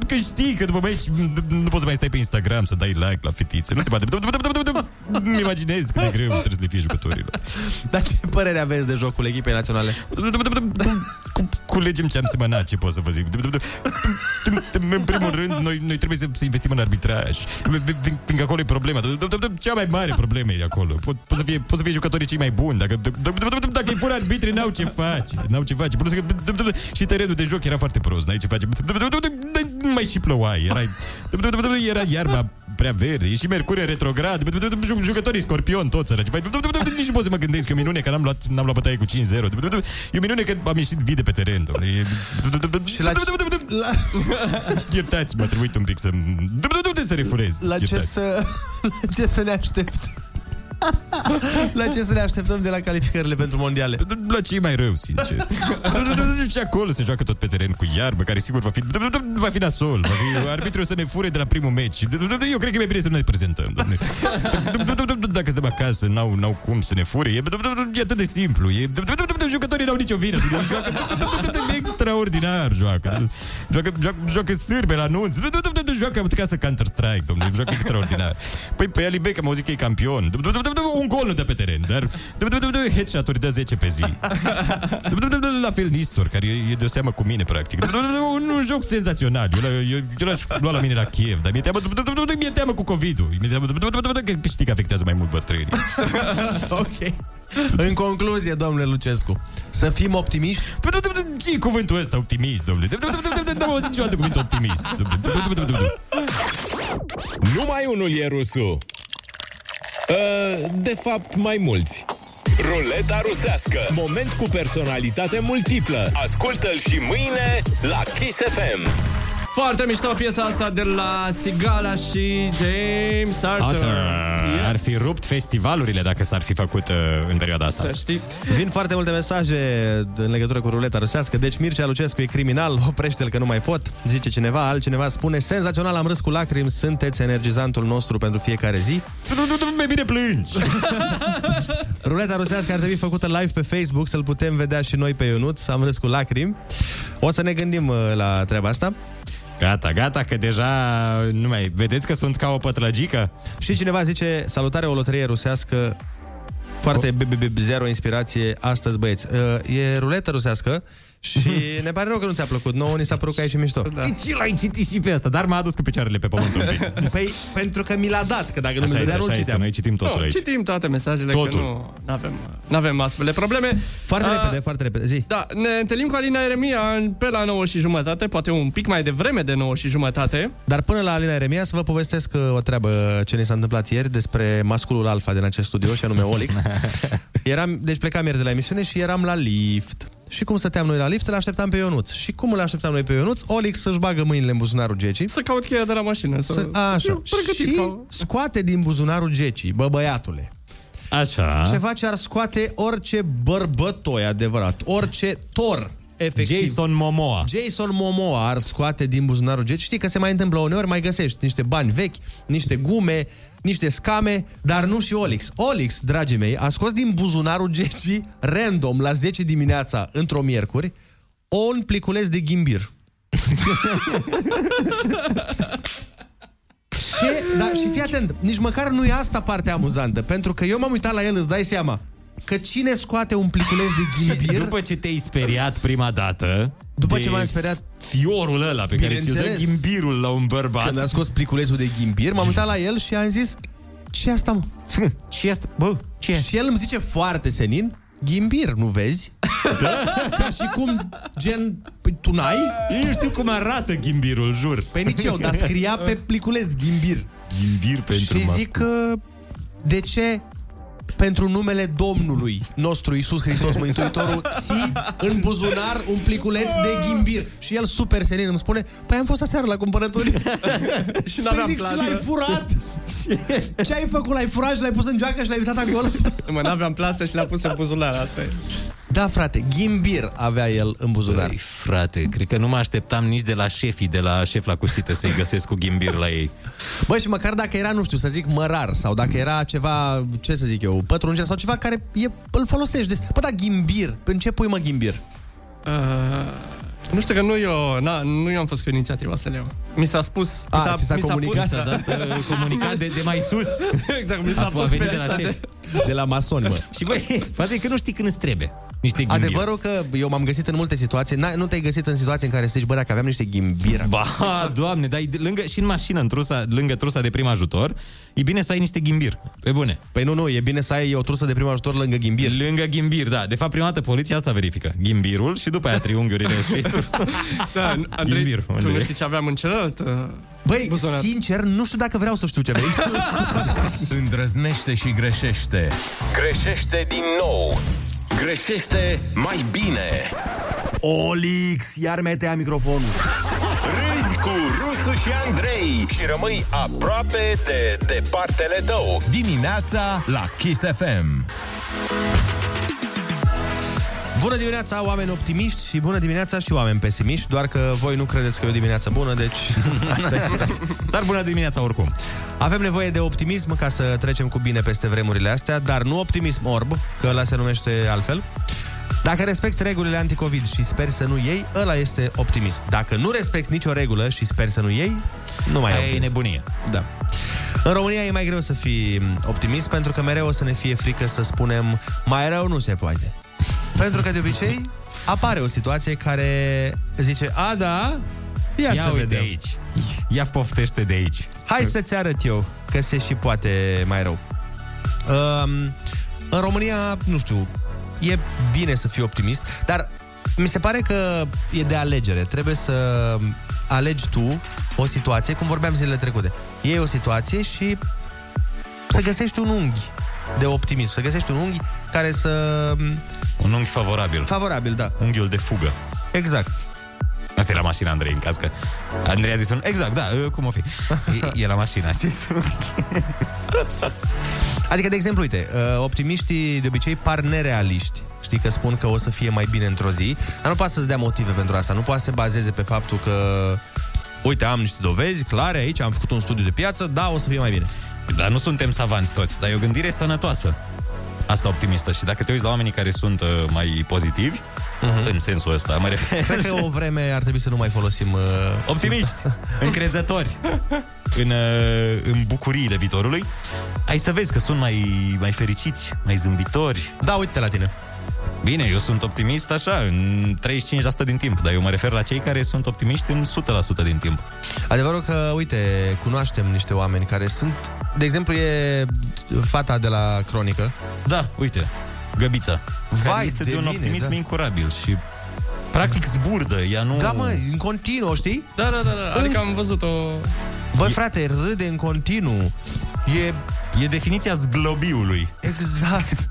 Că știi că după meci nu poți să mai stai pe Instagram să dai like la fetițe. Nu se poate. Îmi imaginez cât de greu trebuie să le fie jucătorilor.
Dar ce părere aveți de jocul echipei naționale?
Cu- Culegem ce am semănat, ce pot să vă zic. În primul rând, noi, noi trebuie să, să investim în arbitraj. Fiindcă acolo e problema. Cea mai mare problemă e de acolo. Pot, pot, să fie, pot să fie jucătorii cei mai buni. Dacă, dacă e fără arbitri, n-au ce face. N-au ce face. Plus că, și terenul de joc era foarte prost. N-ai ce face. Mai și ploua. Era, era iarba prea verde, e și Mercure retrograd, ju- jucătorii scorpion, toți săraci. Păi, Nici nu pot să mă gândesc, e o minune că n-am luat, n-am luat bătaie cu 5-0. E o minune că am ieșit vide pe teren, domnule. E- Iertați, m-a trebuit un pic să... Să refurez.
La ce
Iertați.
să, la ce să ne așteptăm? la ce să ne așteptăm de la calificările pentru mondiale?
La ce e mai rău, sincer? și acolo se joacă tot pe teren cu iarbă, care sigur va fi, va fi nasol. Va fi, arbitrul o să ne fure de la primul meci. Eu cred că e mai bine să nu ne prezentăm. doamne. Dacă stăm acasă, n-au, n-au cum să ne fure. E, e atât de simplu. E, jucătorii n-au nicio vină. Joacă extraordinar joacă. Joacă, joacă, joacă sârbe la anunț. Joacă ca să Counter-Strike, domnule. Joacă extraordinar. Păi pe Ali Beck am auzit că e campion. Un gol nu dă pe teren, dar headshot-uri dă 10 pe zi. La fel Nistor, care e e de seamă cu mine, practic. Un joc senzațional. Eu l- Eu eu l-aș lua la mine la Kiev, dar mi-e teamă, mi-e teamă cu COVID-ul. Mi-e teamă că știi că afectează mai mult bătrânii.
ok. În concluzie, domnule Lucescu, să fim optimiști?
ce cuvântul ăsta, optimist, domnule? N-am auzit niciodată cuvântul optimist.
Numai unul e rusul. Uh, De fapt, mai mulți. Ruleta rusească. Moment cu personalitate multiplă. Ascultă-l și mâine la Kiss FM.
Foarte mișto piesa asta de la Sigala și James Arthur.
Ar fi rupt festivalurile dacă s-ar fi făcut uh, în perioada asta. Să
știi.
Vin foarte multe mesaje în legătură cu ruleta rusească. Deci Mircea Lucescu e criminal, oprește-l că nu mai pot. Zice cineva, altcineva spune, senzațional am râs cu lacrimi, sunteți energizantul nostru pentru fiecare zi.
Mai bine plângi!
Ruleta rusească ar trebui făcută live pe Facebook, să-l putem vedea și noi pe Ionuț. Am râs cu lacrimi. O să ne gândim uh, la treaba asta.
Gata, gata, că deja uh, nu mai... Vedeți că sunt ca o pătlăgică?
Și cineva zice, salutare, o loterie rusească foarte b- b- b- zero inspirație astăzi, băieți. Uh, E ruletă rusească și ne pare rău că nu ți-a plăcut. Nouă ni s-a părut că e și mișto. Da.
Deci l-ai citit și pe asta, dar m-a adus cu picioarele pe pământ un pic.
Păi, pentru că mi l-a dat, că dacă nu
Așa
mi l-a
este,
dat, nu
așa este,
citeam.
noi citim totul
Nu,
aici.
citim toate mesajele,
Totul.
că nu avem astfel de probleme.
Foarte
Ah.
repede, foarte repede. Zi.
Da, ne întâlnim cu Alina Eremia în- pe la 9 și jumătate, poate un pic mai devreme de 9 și jumătate.
Dar până la Alina Eremia să vă povestesc uh, o treabă ce ne s-a întâmplat ieri despre masculul alfa din acest studio și anume Olix. Eram, deci plecam ieri de la emisiune și eram la lift. Și cum stăteam noi la lift, îl așteptam pe Ionuț. Și cum îl așteptam noi pe Ionuț, Olix să-și bagă mâinile în buzunarul Gecii.
Să caut cheia de la mașină. Să,
să, a, așa. Și scoate din buzunarul Gecii, bă băiatule.
Așa.
Ceva ce ar scoate orice bărbătoi adevărat, orice tor. Efectiv.
Jason Momoa.
Jason Momoa ar scoate din buzunarul Jet. Știi că se mai întâmplă uneori, mai găsești niște bani vechi, niște gume, niște scame, dar nu și Olix. Olix, dragii mei, a scos din buzunarul Gecii, random, la 10 dimineața, într-o miercuri, un pliculeț de ghimbir. Ce? Da, și fii atent, nici măcar nu e asta partea amuzantă, pentru că eu m-am uitat la el, îți dai seama, că cine scoate un pliculeț de ghimbir...
După ce te-ai speriat prima dată...
După
de
ce m-am speriat-
Fiorul ăla pe care ți-l dă
Bineînțeles.
ghimbirul la un bărbat.
Când a scos pliculețul de ghimbir, m-am uitat la el și am zis, ce asta, mă?
ce asta? Bă, ce?
Și el îmi zice foarte senin, ghimbir, nu vezi? Da? Ca și cum, gen, păi, tu n-ai?
Eu nu știu cum arată ghimbirul, jur.
Păi nici eu, dar scria pe pliculeț ghimbir.
Ghimbir pentru
și zic că, de ce pentru numele Domnului nostru Isus Hristos Mântuitorul ții în buzunar un pliculeț de ghimbir. Și el super senin îmi spune, păi am fost aseară la cumpărături.
Și
Păi zic, și l-ai furat? Ce ai făcut? L-ai furat și l-ai pus în geacă și l-ai uitat acolo?
Nu, Mă, n-aveam plasă și l-am pus în buzunar, asta e.
Da, frate, ghimbir avea el în buzunar. Păi,
frate, cred că nu mă așteptam nici de la șefii de la șef la cuștită să-i găsesc cu ghimbir la ei.
Bă, și măcar dacă era, nu știu, să zic mărar sau dacă era ceva, ce să zic eu, pătrunjel sau ceva care e, îl folosești. Deci, bă, da, ghimbir. În ce pui, mă, ghimbir?
Uh, nu știu că nu eu, na, nu eu am fost cu inițiativa să le iau. Mi s-a spus,
A,
mi s-a,
Ah, ți s-a
mi s-a
comunicat?
pus,
Ți s-a dat, uh,
comunicat de- de mai sus.
exact, mi s-a
A
pus
venit
pe
de la
lista
șef.
De la masoni, mă.
Și băi, poate că nu știi când îți trebuie niște ghimbir.
Adevărul că eu m-am găsit în multe situații, n nu te-ai găsit în situații în care să zici, bă, dacă aveam niște ghimbir.
Ba, doamne, dar lângă, și în mașină, în trusa, lângă trusa de prim ajutor, e bine să ai niște ghimbir. Pe bune.
Păi nu, nu, e bine să ai o trusă de prim ajutor lângă ghimbir.
Lângă ghimbir, da. De fapt, prima dată poliția asta verifică. Ghimbirul și după aia triunghiurile.
Da, Andrei,
Ghimbir,
tu
unde
nu
e?
știi ce aveam în celălalt? uh,
Băi, sincer, nu știu dacă vreau să știu ce vrei.
Îndrăznește și greșește. Greșește din nou. Greșește mai bine.
Olix, iar metea microfonul.
Râzi cu Rusu și Andrei și rămâi aproape de departele tău. Dimineața la Kiss FM.
Bună dimineața, oameni optimiști și bună dimineața și oameni pesimiști, doar că voi nu credeți că e o dimineață bună, deci asta e situația.
Dar bună dimineața oricum.
Avem nevoie de optimism ca să trecem cu bine peste vremurile astea, dar nu optimism orb, că ăla se numește altfel. Dacă respecti regulile anticovid și speri să nu iei, ăla este optimism. Dacă nu respecti nicio regulă și speri să nu iei, nu mai
Aia e
optimism.
nebunie.
Da. În România e mai greu să fii optimist pentru că mereu o să ne fie frică să spunem mai rău nu se poate. Pentru că de obicei apare o situație care zice, a da, ia,
Ia
să
uite
vedem.
aici. Ia poftește de aici.
Hai să-ți arăt eu că se și poate mai rău. Um, în România, nu știu, e bine să fii optimist, dar mi se pare că e de alegere. Trebuie să alegi tu o situație, cum vorbeam zilele trecute. Iei o situație și să găsești un unghi de optimism, să găsești un unghi care să...
Un unghi favorabil.
Favorabil, da.
Unghiul de fugă.
Exact.
Asta e la mașina Andrei, în caz că... Andrei a zis un... Exact, da, e, cum o fi. E, e la mașină, a zis.
Adică, de exemplu, uite, uh, optimiștii de obicei par nerealiști. Știi că spun că o să fie mai bine într-o zi, dar nu poate să-ți dea motive pentru asta. Nu poate să se bazeze pe faptul că, uite, am niște dovezi clare aici, am făcut un studiu de piață, da, o să fie mai bine.
Dar nu suntem savanți toți, dar e o gândire sănătoasă. Asta optimistă. Și dacă te uiți la oamenii care sunt uh, mai pozitivi, în sensul ăsta, mă refer...
Cred că o vreme ar trebui să nu mai folosim... Uh,
Optimiști, încrezători în, uh, în bucuriile viitorului. Ai să vezi că sunt mai, mai fericiți, mai zâmbitori.
Da, uite la tine.
Bine, eu sunt optimist așa, în 35% din timp, dar eu mă refer la cei care sunt optimiști în 100% din timp.
Adevărul că, uite, cunoaștem niște oameni care sunt... De exemplu, e fata de la Cronică.
Da, uite, Găbița.
Vai
care este
de
de un
mine,
optimism
da.
incurabil și practic zburdă, ea nu...
Da, mă, în continuu, știi?
Da, da, da, da. Adică am văzut-o...
Bă, frate, râde în continuu. E...
E definiția zglobiului.
Exact.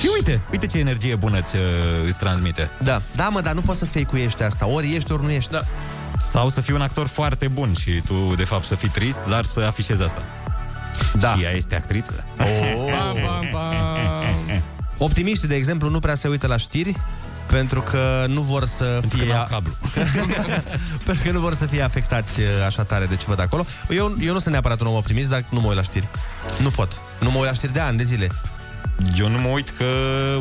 Și uite, uite ce energie bună ți, uh, îți transmite.
Da, da, mă, dar nu poți să fake-uiești asta. Ori ești, ori nu ești. Da.
Sau să fii un actor foarte bun și tu, de fapt, să fii trist, dar să afișezi asta. Da. Și ea este actriță.
Oh.
Bam, bam, bam.
Optimiștii, de exemplu, nu prea se uită la știri pentru că nu vor să pentru fie...
că n-au cablu.
pentru că nu vor să fie afectați uh, așa tare de ce văd acolo. Eu, eu nu sunt neapărat un om optimist, dar nu mă uit la știri. Nu pot. Nu mă uit la știri de ani, de zile.
Eu nu mă uit că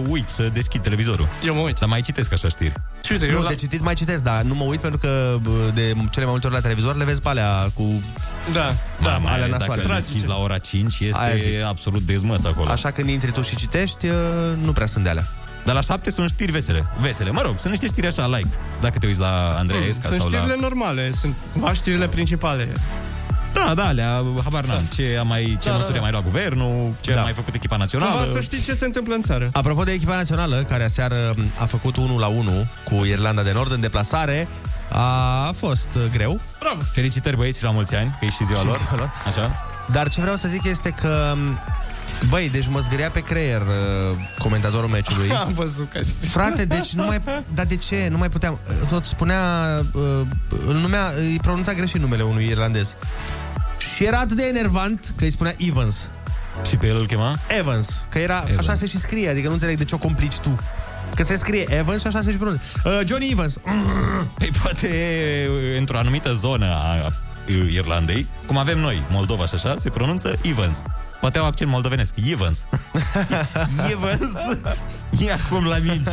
uit să deschid televizorul.
Eu mă uit.
Dar mai citesc așa știri.
Și uite, eu
nu, deci-
la...
de citit mai citesc, dar nu mă uit pentru că bă, de cele mai multe ori la televizor le vezi pe alea cu...
Da,
Da, mai
alea
ales
nasoale.
dacă deschizi la ora 5,
Aia
este
zic.
absolut dezmăț acolo.
Așa când intri tu și citești, uh, nu prea sunt de alea.
Dar la 7 sunt știri vesele. Vesele, mă rog, sunt niște știri așa light. Dacă te uiți la Andrei Esca
Sunt
sau
știrile
la...
normale, sunt cumva știrile principale.
Da, da, alea, habar n-am. Ce, a mai, ce
Da,
măsuri
da.
a mai luat guvernul, ce a mai făcut echipa națională.
Cumva să știi ce se întâmplă în țară.
Apropo de echipa națională, care aseară a făcut 1 la 1 cu Irlanda de Nord în deplasare, a fost uh, greu.
Bravo!
Felicitări băieți și la mulți ani, că e și ziua
Și
lor.
ziua lor.
Așa.
Dar ce vreau să zic este că Băi, deci mă zgâria pe creier uh, comentatorul meciului.
Am văzut că...
Frate, deci nu mai... Dar de ce? Nu mai puteam... Tot spunea... Uh, îl numea... Îi pronunța greșit numele unui irlandez. Și era atât de enervant că îi spunea Evans.
Și pe el îl chema?
Evans. Că era...
Evans.
Evans. Așa se și scrie. Adică nu înțeleg de ce o complici tu. Că se scrie Evans și așa se și pronunță. Uh, Johnny Evans.
Păi poate într-o anumită zonă a Irlandei, cum avem noi, Moldova și așa, se pronunță Evans. Poate au accent moldovenesc. Evans. Evans. E acum la mingi.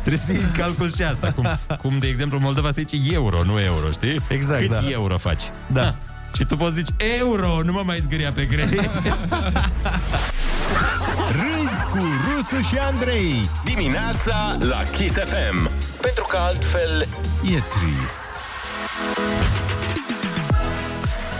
Trebuie să iei în calcul și asta. Cum, cum, de exemplu, în Moldova se zice euro, nu euro, știi?
Exact,
Câți
da.
euro faci?
Da.
Și tu poți zici, euro, nu mă mai zgâria pe grei.
Râzi cu Rusu și Andrei. Dimineața la Kiss FM. Pentru că altfel e trist.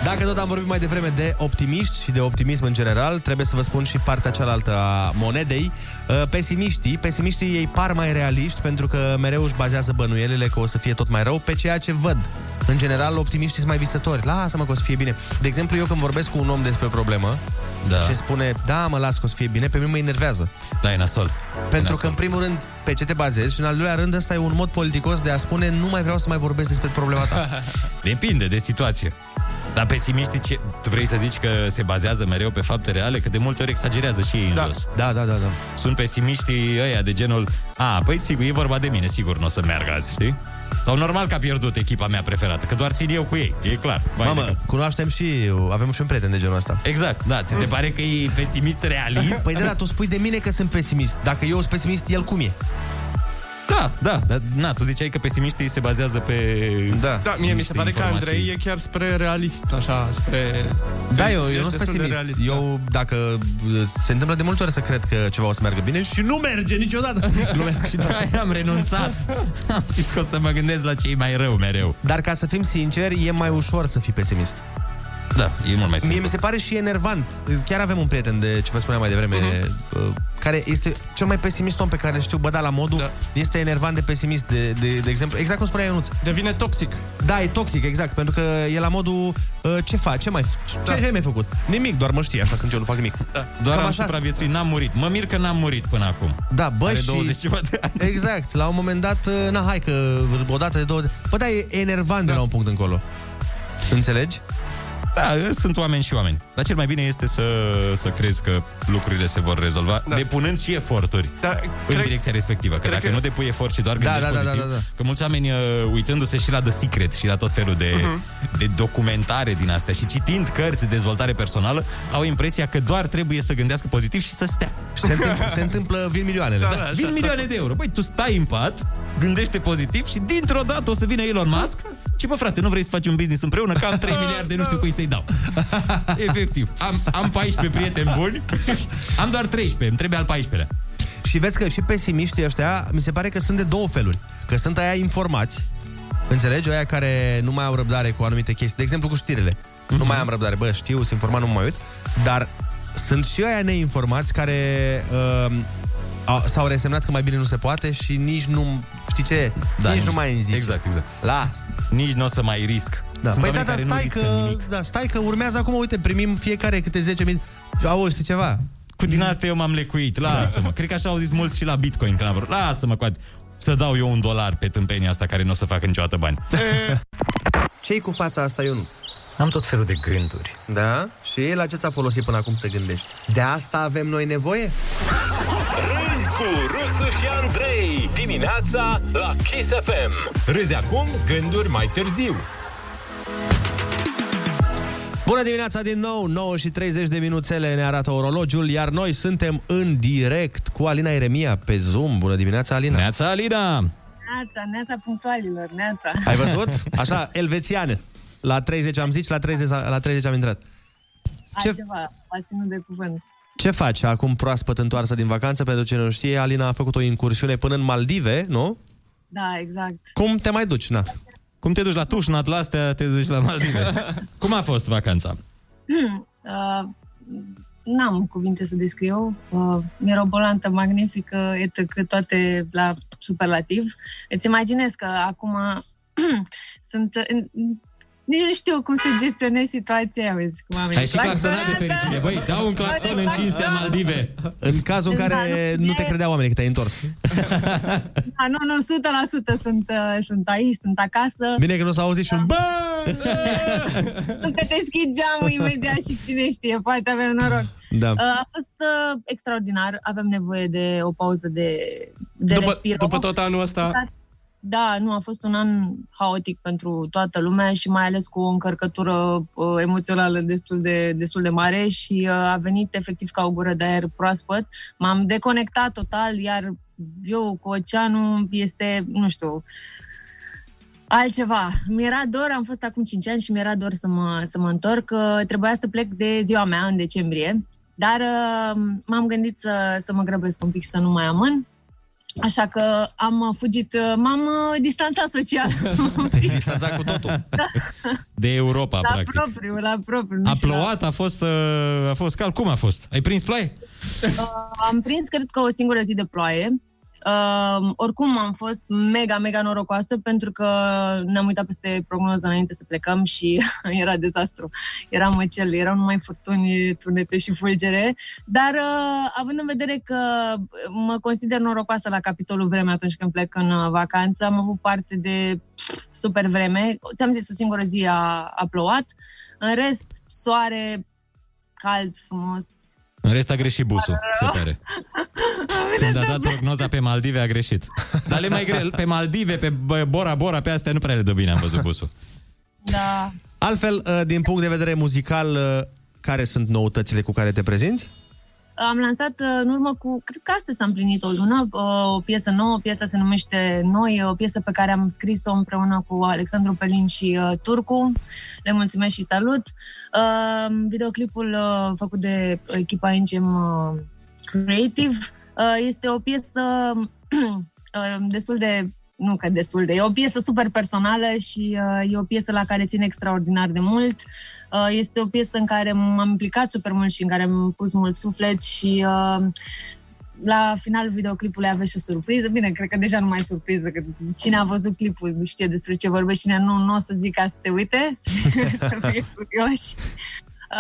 Dacă tot am vorbit mai devreme de optimiști și de optimism în general, trebuie să vă spun și partea cealaltă a monedei. Uh, Pesimiștii, pesimiștii ei par mai realiști pentru că mereu își bazează bănuielile că o să fie tot mai rău pe ceea ce văd. În general, optimiștii sunt mai visători. Lasă-mă că o să fie bine. De exemplu, eu când vorbesc cu un om despre o problemă da. și spune, da, mă las că o să fie bine, pe mine mă enervează.
Da, e nasol.
Pentru că, în primul rând, pe ce te bazezi și, în al doilea rând, ăsta e un mod politicos de a spune nu mai vreau să mai vorbesc despre problema ta.
Depinde de situație. Dar pesimiștii, ce, tu vrei să zici că se bazează mereu pe fapte reale? Că de multe ori exagerează și ei da. în jos.
Da, da, da, da.
Sunt pesimiștii ăia de genul, a, păi sigur, e vorba de mine, sigur nu o să meargă azi, știi? Sau normal că a pierdut echipa mea preferată, că doar țin eu cu ei, e clar. Vai de
Mamă,
cap.
cunoaștem și, avem și un prieten de genul ăsta.
Exact, da, ți se pare că e pesimist realist?
Păi da, da, tu spui de mine că sunt pesimist. Dacă eu sunt pesimist, el cum e?
Da, da, da, na, tu ziceai că pesimiștii se bazează pe...
Da,
Da, mie mi se pare că Andrei e chiar spre realist, așa, spre...
Păi,
Da, eu, eu
Ești
nu sunt
destul de
pesimist.
realist.
eu,
da.
dacă uh, se întâmplă de multe ori să cred că ceva o să meargă bine și nu merge niciodată. Glumesc și da.
am renunțat. Am zis că o să mă gândesc la cei mai rău mereu.
Dar ca să fim sinceri, e mai ușor să fii pesimist.
Da, e mult mai
Mie
simplu.
mi se pare și enervant. Chiar avem un prieten de ce vă spuneam mai devreme,
Mhm.
uh care este cel mai pesimist om pe care îl știu, bă, da, la modul, da. este enervant de pesimist, de, de, de exemplu, exact cum spunea Ionuț.
Devine toxic.
Da, e toxic, exact, pentru că e la modul, uh, ce faci, ce mai, ce, da. ce mai făcut? Nimic, doar mă știi, așa sunt eu, nu fac nimic. Da.
Doar
Cam
am
așa.
supraviețuit, n-am murit. Mă mir că n-am murit până acum.
Da, bă,
Are
și...
20 ceva de ani.
Exact, la un moment dat, na, hai că o dată de două... Bă, da, e enervant da. de la un punct încolo. Înțelegi?
Da, sunt oameni și oameni. Dar cel mai bine este să, să crezi că lucrurile se vor rezolva, da. depunând și eforturi da, în cred, direcția respectivă. Că
cred
dacă
că-
nu depui efort și doar
Da,
gândești
da, da,
pozitiv,
da, da, da.
că mulți oameni, uh, uitându-se și la The Secret și la tot felul de,
Mhm.
uh-huh. de documentare din astea și citind cărți de dezvoltare personală, au impresia că doar trebuie să gândească pozitiv și să stea.
Se întâmplă, se întâmplă vin milioanele.
Da, da, vin milioane de euro. Băi, tu stai în pat, gândește pozitiv și dintr-o dată o să vină Elon Musk și, bă, frate, nu vrei să faci un business împreună? Că am 3 miliarde, nu știu cui să-i dau. Efectiv. Am, am 14 prieteni buni, am doar 13, îmi trebuie al 14-lea.
Și vezi că și pesimiștii ăștia, mi se pare că sunt de două feluri. Că sunt aia informați, înțelegi? Aia care nu mai au răbdare cu anumite chestii. De exemplu, cu știrile. Nu
Mhm.
mai am răbdare. Bă, știu, sunt informat, nu mă mai uit. Dar sunt și aia neinformați care uh, au, s-au resemnat că mai bine nu se poate și nici nu... Știi ce? Da, nici, nici nu mai înzici.
Exact, exact.
La.
Nici nu o să mai risc.
Da.
Sunt
Păi da,
oameni
dar
care nu
stai
riscă
că,
nimic.
da, stai că urmează acum, uite, primim fiecare câte 10.000... Auzi, știi ceva?
Cu din asta eu m-am lecuit, lasă-mă. Cred că așa au zis mulți și la Bitcoin când am vrut. Lasă-mă, coate. Să dau eu un dolar pe tâmpenia asta care nu o să facă niciodată bani.
Ce-i cu fața asta, Ionuț?
Am tot felul de gânduri.
Da? Și la ce ți-a folosit până acum să gândești? De asta avem noi nevoie?
Râzi cu Rusu și Andrei Dimineața la Kiss FM
Râzi acum, gânduri mai târziu.
Bună dimineața din nou, 9 și 30 de minuțele ne arată orologiul, iar noi suntem în direct cu Alina Eremia pe Zoom. Bună dimineața, Alina!
Neața, Alina!
Neața, neața punctualilor, neața.
Ai văzut? Așa, elvețiană. La 30 am zis, la 30, la 30 am intrat.
Ce... Altceva, a ținut de cuvânt.
Ce faci acum proaspăt întoarsă din vacanță? Pentru cine nu știe, Alina a făcut o incursiune până în Maldive, nu?
Da, exact.
Cum te mai duci, na?
Cum te duci la Tușnat, la astea, te duci la Maldive. Cum a fost vacanța?
Hmm, uh, n-am cuvinte să descriu. Uh, mirobolantă, magnifică, etc. toate la superlativ. Îți imaginezi că acum sunt... Nici nu știu cum să gestionez situația, uite cum am
Ai și claxonat de fericire. Băi, dau un claxon
Adică-
în
Da.
cinstea Maldive.
În cazul în care nu te credea oamenii că te-ai întors.
Da, nu, nu, 100% sunt, uh, sunt aici, sunt acasă.
Bine că nu s-a auzit și
Da.
un bă!
Nu că deschid geamul imediat și cine știe, poate avem noroc.
Da.
Uh, A fost uh, extraordinar, avem nevoie de o pauză de, de
După,
respiro.
după tot anul ăsta...
Da, nu, a fost un an haotic pentru toată lumea și mai ales cu o încărcătură uh, emoțională destul de, destul de mare și uh, a venit efectiv ca o gură de aer proaspăt. M-am deconectat total, iar eu cu oceanul este, nu știu, altceva. Mi-era dor, am fost acum 5 ani și mi-era dor să mă, să mă întorc. Uh, Trebuia să plec de ziua mea în decembrie, dar uh, m-am gândit să, să mă grăbesc un pic și să nu mai amân Așa că am fugit, m-am uh, distanțat social.
Te-ai distanțat cu totul. Da. De Europa,
la
practic.
propriu, la propriu. Da, nu
A
știu, la-
plouat, a fost, uh, a fost cald. Cum a fost? Ai prins ploaie?
Uh, am prins, cred că, o singură zi de ploaie. Uh, oricum am fost mega, mega norocoasă pentru că ne-am uitat peste prognoză înainte să plecăm și era dezastru. Era măcel, erau numai furtuni, tunete și fulgere, dar uh, având în vedere că mă consider norocoasă la capitolul vreme atunci când plec în uh, vacanță, am avut parte de pf, super vreme. Ți-am zis, o singură zi a, a plouat, în rest soare, cald, frumos,
În rest a greșit busul, se pare. Când a dat prognoza pe Maldive, a greșit. Dar le mai greu. Pe Maldive, pe B- Bora Bora, pe astea nu prea le dă bine, am văzut busul.
da.
Altfel, uh, din punct de vedere muzical, uh, care sunt noutățile cu care te prezinți?
Am lansat uh, în urmă cu, cred că astăzi s-a împlinit o lună, uh, o piesă nouă, piesa se numește Noi, o piesă pe care am scris-o împreună cu Alexandru Pelin și uh, Turcu. Le mulțumesc și salut! Uh, Videoclipul uh, făcut de echipa NGM uh, Creative uh, este o piesă uh, destul de nu că destul de. E o piesă super personală și uh, e o piesă la care țin extraordinar de mult. Uh, este o piesă în care m-am implicat super mult și în care am pus mult suflet și uh, la finalul videoclipului aveți și o surpriză. Bine, cred că deja nu mai e surpriză, că cine a văzut clipul știe despre ce vorbesc, cine nu, nu o să zic ca să te uite, să fie curioși.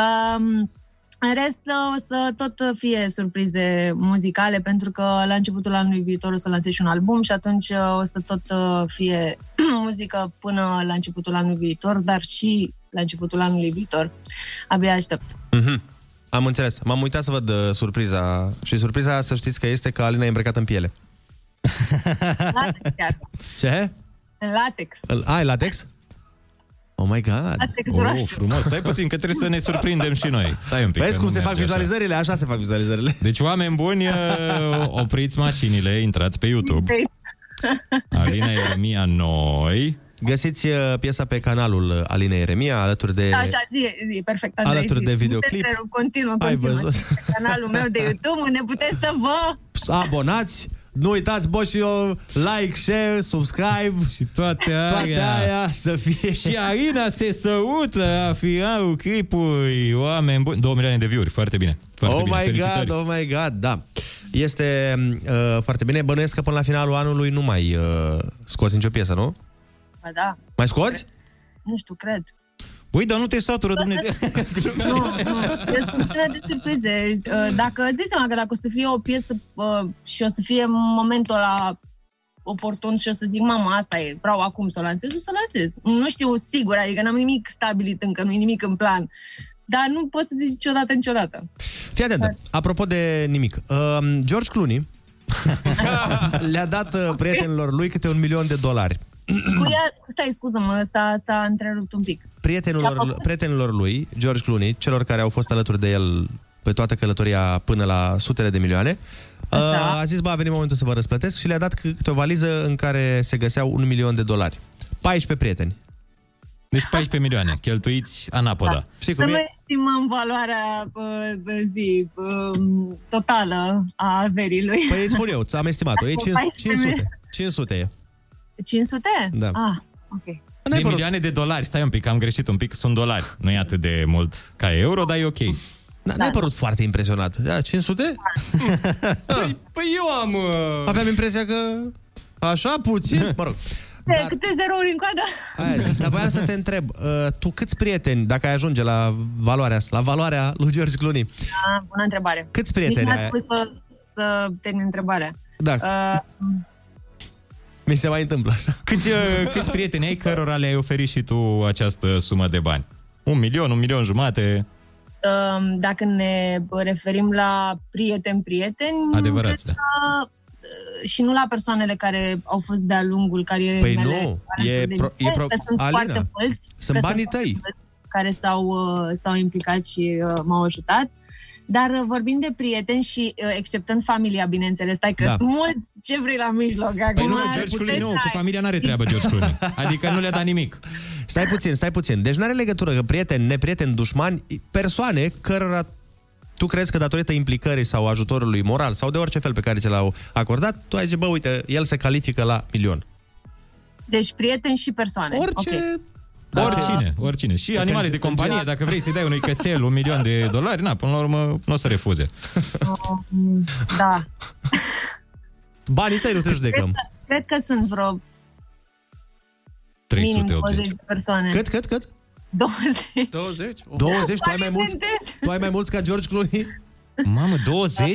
Um, în rest, o să tot fie surprize muzicale, pentru că la începutul anului viitor o să lansez și un album și atunci uh, o să tot fie muzică până la începutul anului viitor, dar și la începutul anului viitor. Abia aștept.
Mhm.
Mm-hmm. Am înțeles. M-am uitat să văd uh, surpriza. Și surpriza, să știți că este că Alina e îmbrăcată în piele.
Latex, chiar.
Ce?
În latex.
Îl- Ai latex? Oh my god!
Latex roșu.
Oh, frumos. Stai puțin, că trebuie să ne surprindem și noi. Stai un pic.
Vezi
că
cum
nu
se fac
merge așa.
vizualizările? Așa. se fac vizualizările.
Deci, oameni buni, uh, opriți mașinile, intrați pe YouTube. Alina Ieremia Noi.
Găsiți uh, piesa pe canalul uh, Alina Eremia alături de...
Da, Așa, zi, zi, perfect. Andrei,
Alături
zi.
de
Nu te
videoclip.
întrerup, Continuă,
Ai
continuă.
văzut?
Pe Canalul meu de YouTube, unde puteți să vă...
Abonați! Nu uitați, bă, și eu like, share, subscribe
și toate aia.
Toate aia să fie.
Și Arina se săută la finalul clipului. Oameni buni. 2 milioane de view-uri. Foarte bine. Foarte
oh
bine.
my
Felicitări.
god, oh my god, da. Este uh, foarte bine. Bănuiesc că până la finalul anului nu mai uh, scoți nicio piesă, nu?
Ba da,
Mai scoți?
nu știu, cred.
Ui, dar nu te satură Dumnezeu.
Nu, nu. Deci sunt plină de surprize. Deci, uh, Dacă îți dai seama că dacă o să fie o piesă uh, și o să fie momentul la oportun și o să zic, mama, asta e, vreau acum să o lansez, o să o lansez. Nu știu sigur, adică n-am nimic stabilit încă, nu e nimic în plan. Dar nu poți să zici niciodată, niciodată.
Fii atentă. Apropo de nimic. Uh, George Clooney le-a dat uh, prietenilor lui câte un milion de dolari.
Cu ea, stai, scuză-mă, s-a, s-a întrerupt un pic. Ce-a
prietenilor,
făcut?
prietenilor lui, George Clooney, celor care au fost alături de el pe toată călătoria până la sutele de milioane, da. a zis, ba, a venit momentul să vă răsplătesc și le-a dat câte o valiză în care se găseau un milion de dolari. 14 prieteni.
Deci 14 milioane, cheltuiți anapoda. Da.
Știi
Să nu estimăm valoarea uh, de zi uh, totală a averii
Păi îți spun eu, am estimat-o, e 500. 500, 500 e.
500?
Da.
Ah, ok.
De milioane de dolari, stai un pic, am greșit un pic, sunt dolari. Nu e atât de mult ca euro, dar e ok.
Da, n-ai părut foarte impresionat. Da, 500?
Păi, păi eu am... Uh...
Aveam impresia că așa puțin, mă rog.
Dar... Câte zerouri în coadă?
Aia zic. Dar voiam să te întreb, uh, tu câți prieteni, dacă ai ajunge la valoarea asta, la valoarea lui George Clooney,
Ah, bună întrebare.
Câți prieteni
Nici n-a
ai?
spus să, să termin întrebarea.
Da.
Uh,
mi se mai întâmplă asta.
Câți, uh, câți prieteni ai cărora le-ai oferit și tu această sumă de bani? Un milion, un milion jumate?
um, dacă ne referim la prieteni-prieteni...
Adevărați,
cred că, uh, Și nu la persoanele care au fost de-a lungul carierei
Păi
mele.
nu,
care
e
sunt de
pro-
mine,
e pro-
că sunt
Alina,
foarte mulți.
sunt
că
banii
sunt
tăi.
foarte mulți Care s-au, uh, s-au implicat și uh, m-au ajutat. Dar uh, vorbind de prieteni și uh, exceptând familia, bineînțeles, stai că
Da.
sunt mulți, ce vrei la mijloc?
Păi
Acum
nu,
ar
George Clooney
putea
nu,
să
cu
ai.
familia n-are treabă George Clooney. Adică nu le-a dat nimic.
Stai puțin, stai puțin. Deci nu are legătură că prieteni, neprieteni, dușmani, persoane cărora tu crezi că datorită implicării sau ajutorului moral sau de orice fel pe care ți l-au acordat, tu ai zis, bă, uite, el se califică la milion.
Deci prieteni și persoane.
Orice
okay.
Da.
Oricine, oricine. Și
Că
animale
când-
de companie, dacă vrei să-i dai unui cățel un milion de dolari, na, până la urmă nu o să refuze.
Um, Da.
Banii tăi nu te
Cred că, cred că sunt vreo minim 20 de persoane.
Cât, cât, cât?
20.
20?
20? Tu ai
Păi,
mai mulți? Tu ai mai mulți ca George Clooney?
Mamă, 20?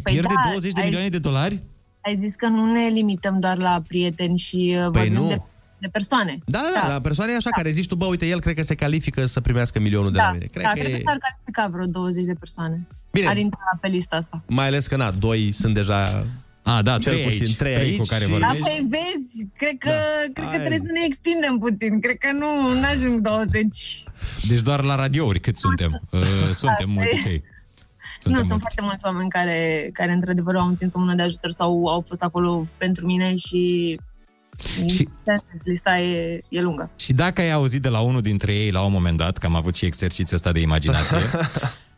Păi pierde da, 20 de ai- milioane
de dolari?
Ai zis că nu ne limităm doar la prieteni și uh,
Păi
vorbim
nu.
de, de persoane.
Da, da, da, la persoane e așa da. care zici tu, bă, uite, el cred că se califică să primească milionul de
da,
la mine. Cred
da,
că
cred că
e...
s-ar califica vreo 20 de persoane.
Bine.
Ar intra pe lista asta.
Mai ales că, na, doi sunt deja...
A, da,
cel
trei
puțin
aici,
trei
trei
aici.
cu care
și-
Da, păi vezi, cred că, da. cred că
Hai.
trebuie să ne extindem puțin. Cred că nu ajung 20.
Deci doar la radiouri cât suntem. Uh, suntem mulți cei.
nu,
Suntem
sunt
mulți.
foarte mulți oameni care, care într-adevăr, au întins o mână de ajutor sau au fost acolo pentru mine și... și... Lista e, e lungă.
Și dacă ai auzit de la unul dintre ei la un moment dat, că am avut și exercițiul ăsta de imaginație,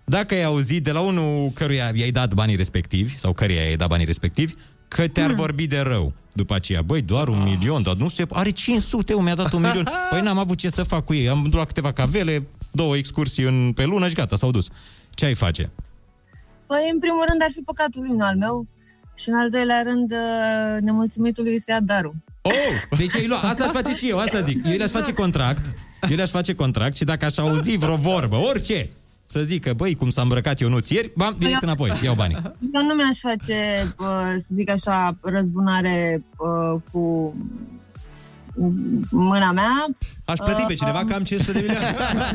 dacă ai auzit de la unul căruia i-ai dat banii respectivi, sau căruia i-ai dat banii respectivi, că te-ar vorbi de rău. După aceea, băi, doar un milion, dar nu se... Are 500, eu mi-a dat un milion. Păi n-am avut ce să fac cu ei. Am luat câteva cavele, două excursii în, pe lună și gata, s-au dus. Ce ai face?
Păi, în primul rând, ar fi păcatul lui, nu al meu. Și în al doilea rând, uh, nemulțumitului se ia darul.
Oh! Deci ei lua, asta aș face și eu, asta zic. Eu le-aș face contract, eu le-aș face contract și dacă aș auzi vreo vorbă, orice, să zică, băi, cum s-a îmbrăcat Ionuț ieri, bam, direct înapoi, iau banii.
Eu nu mi-aș face, uh, să zic așa, răzbunare uh, cu mâna mea. Uh,
Aș plăti pe cineva cam 500 de milioane.
Da,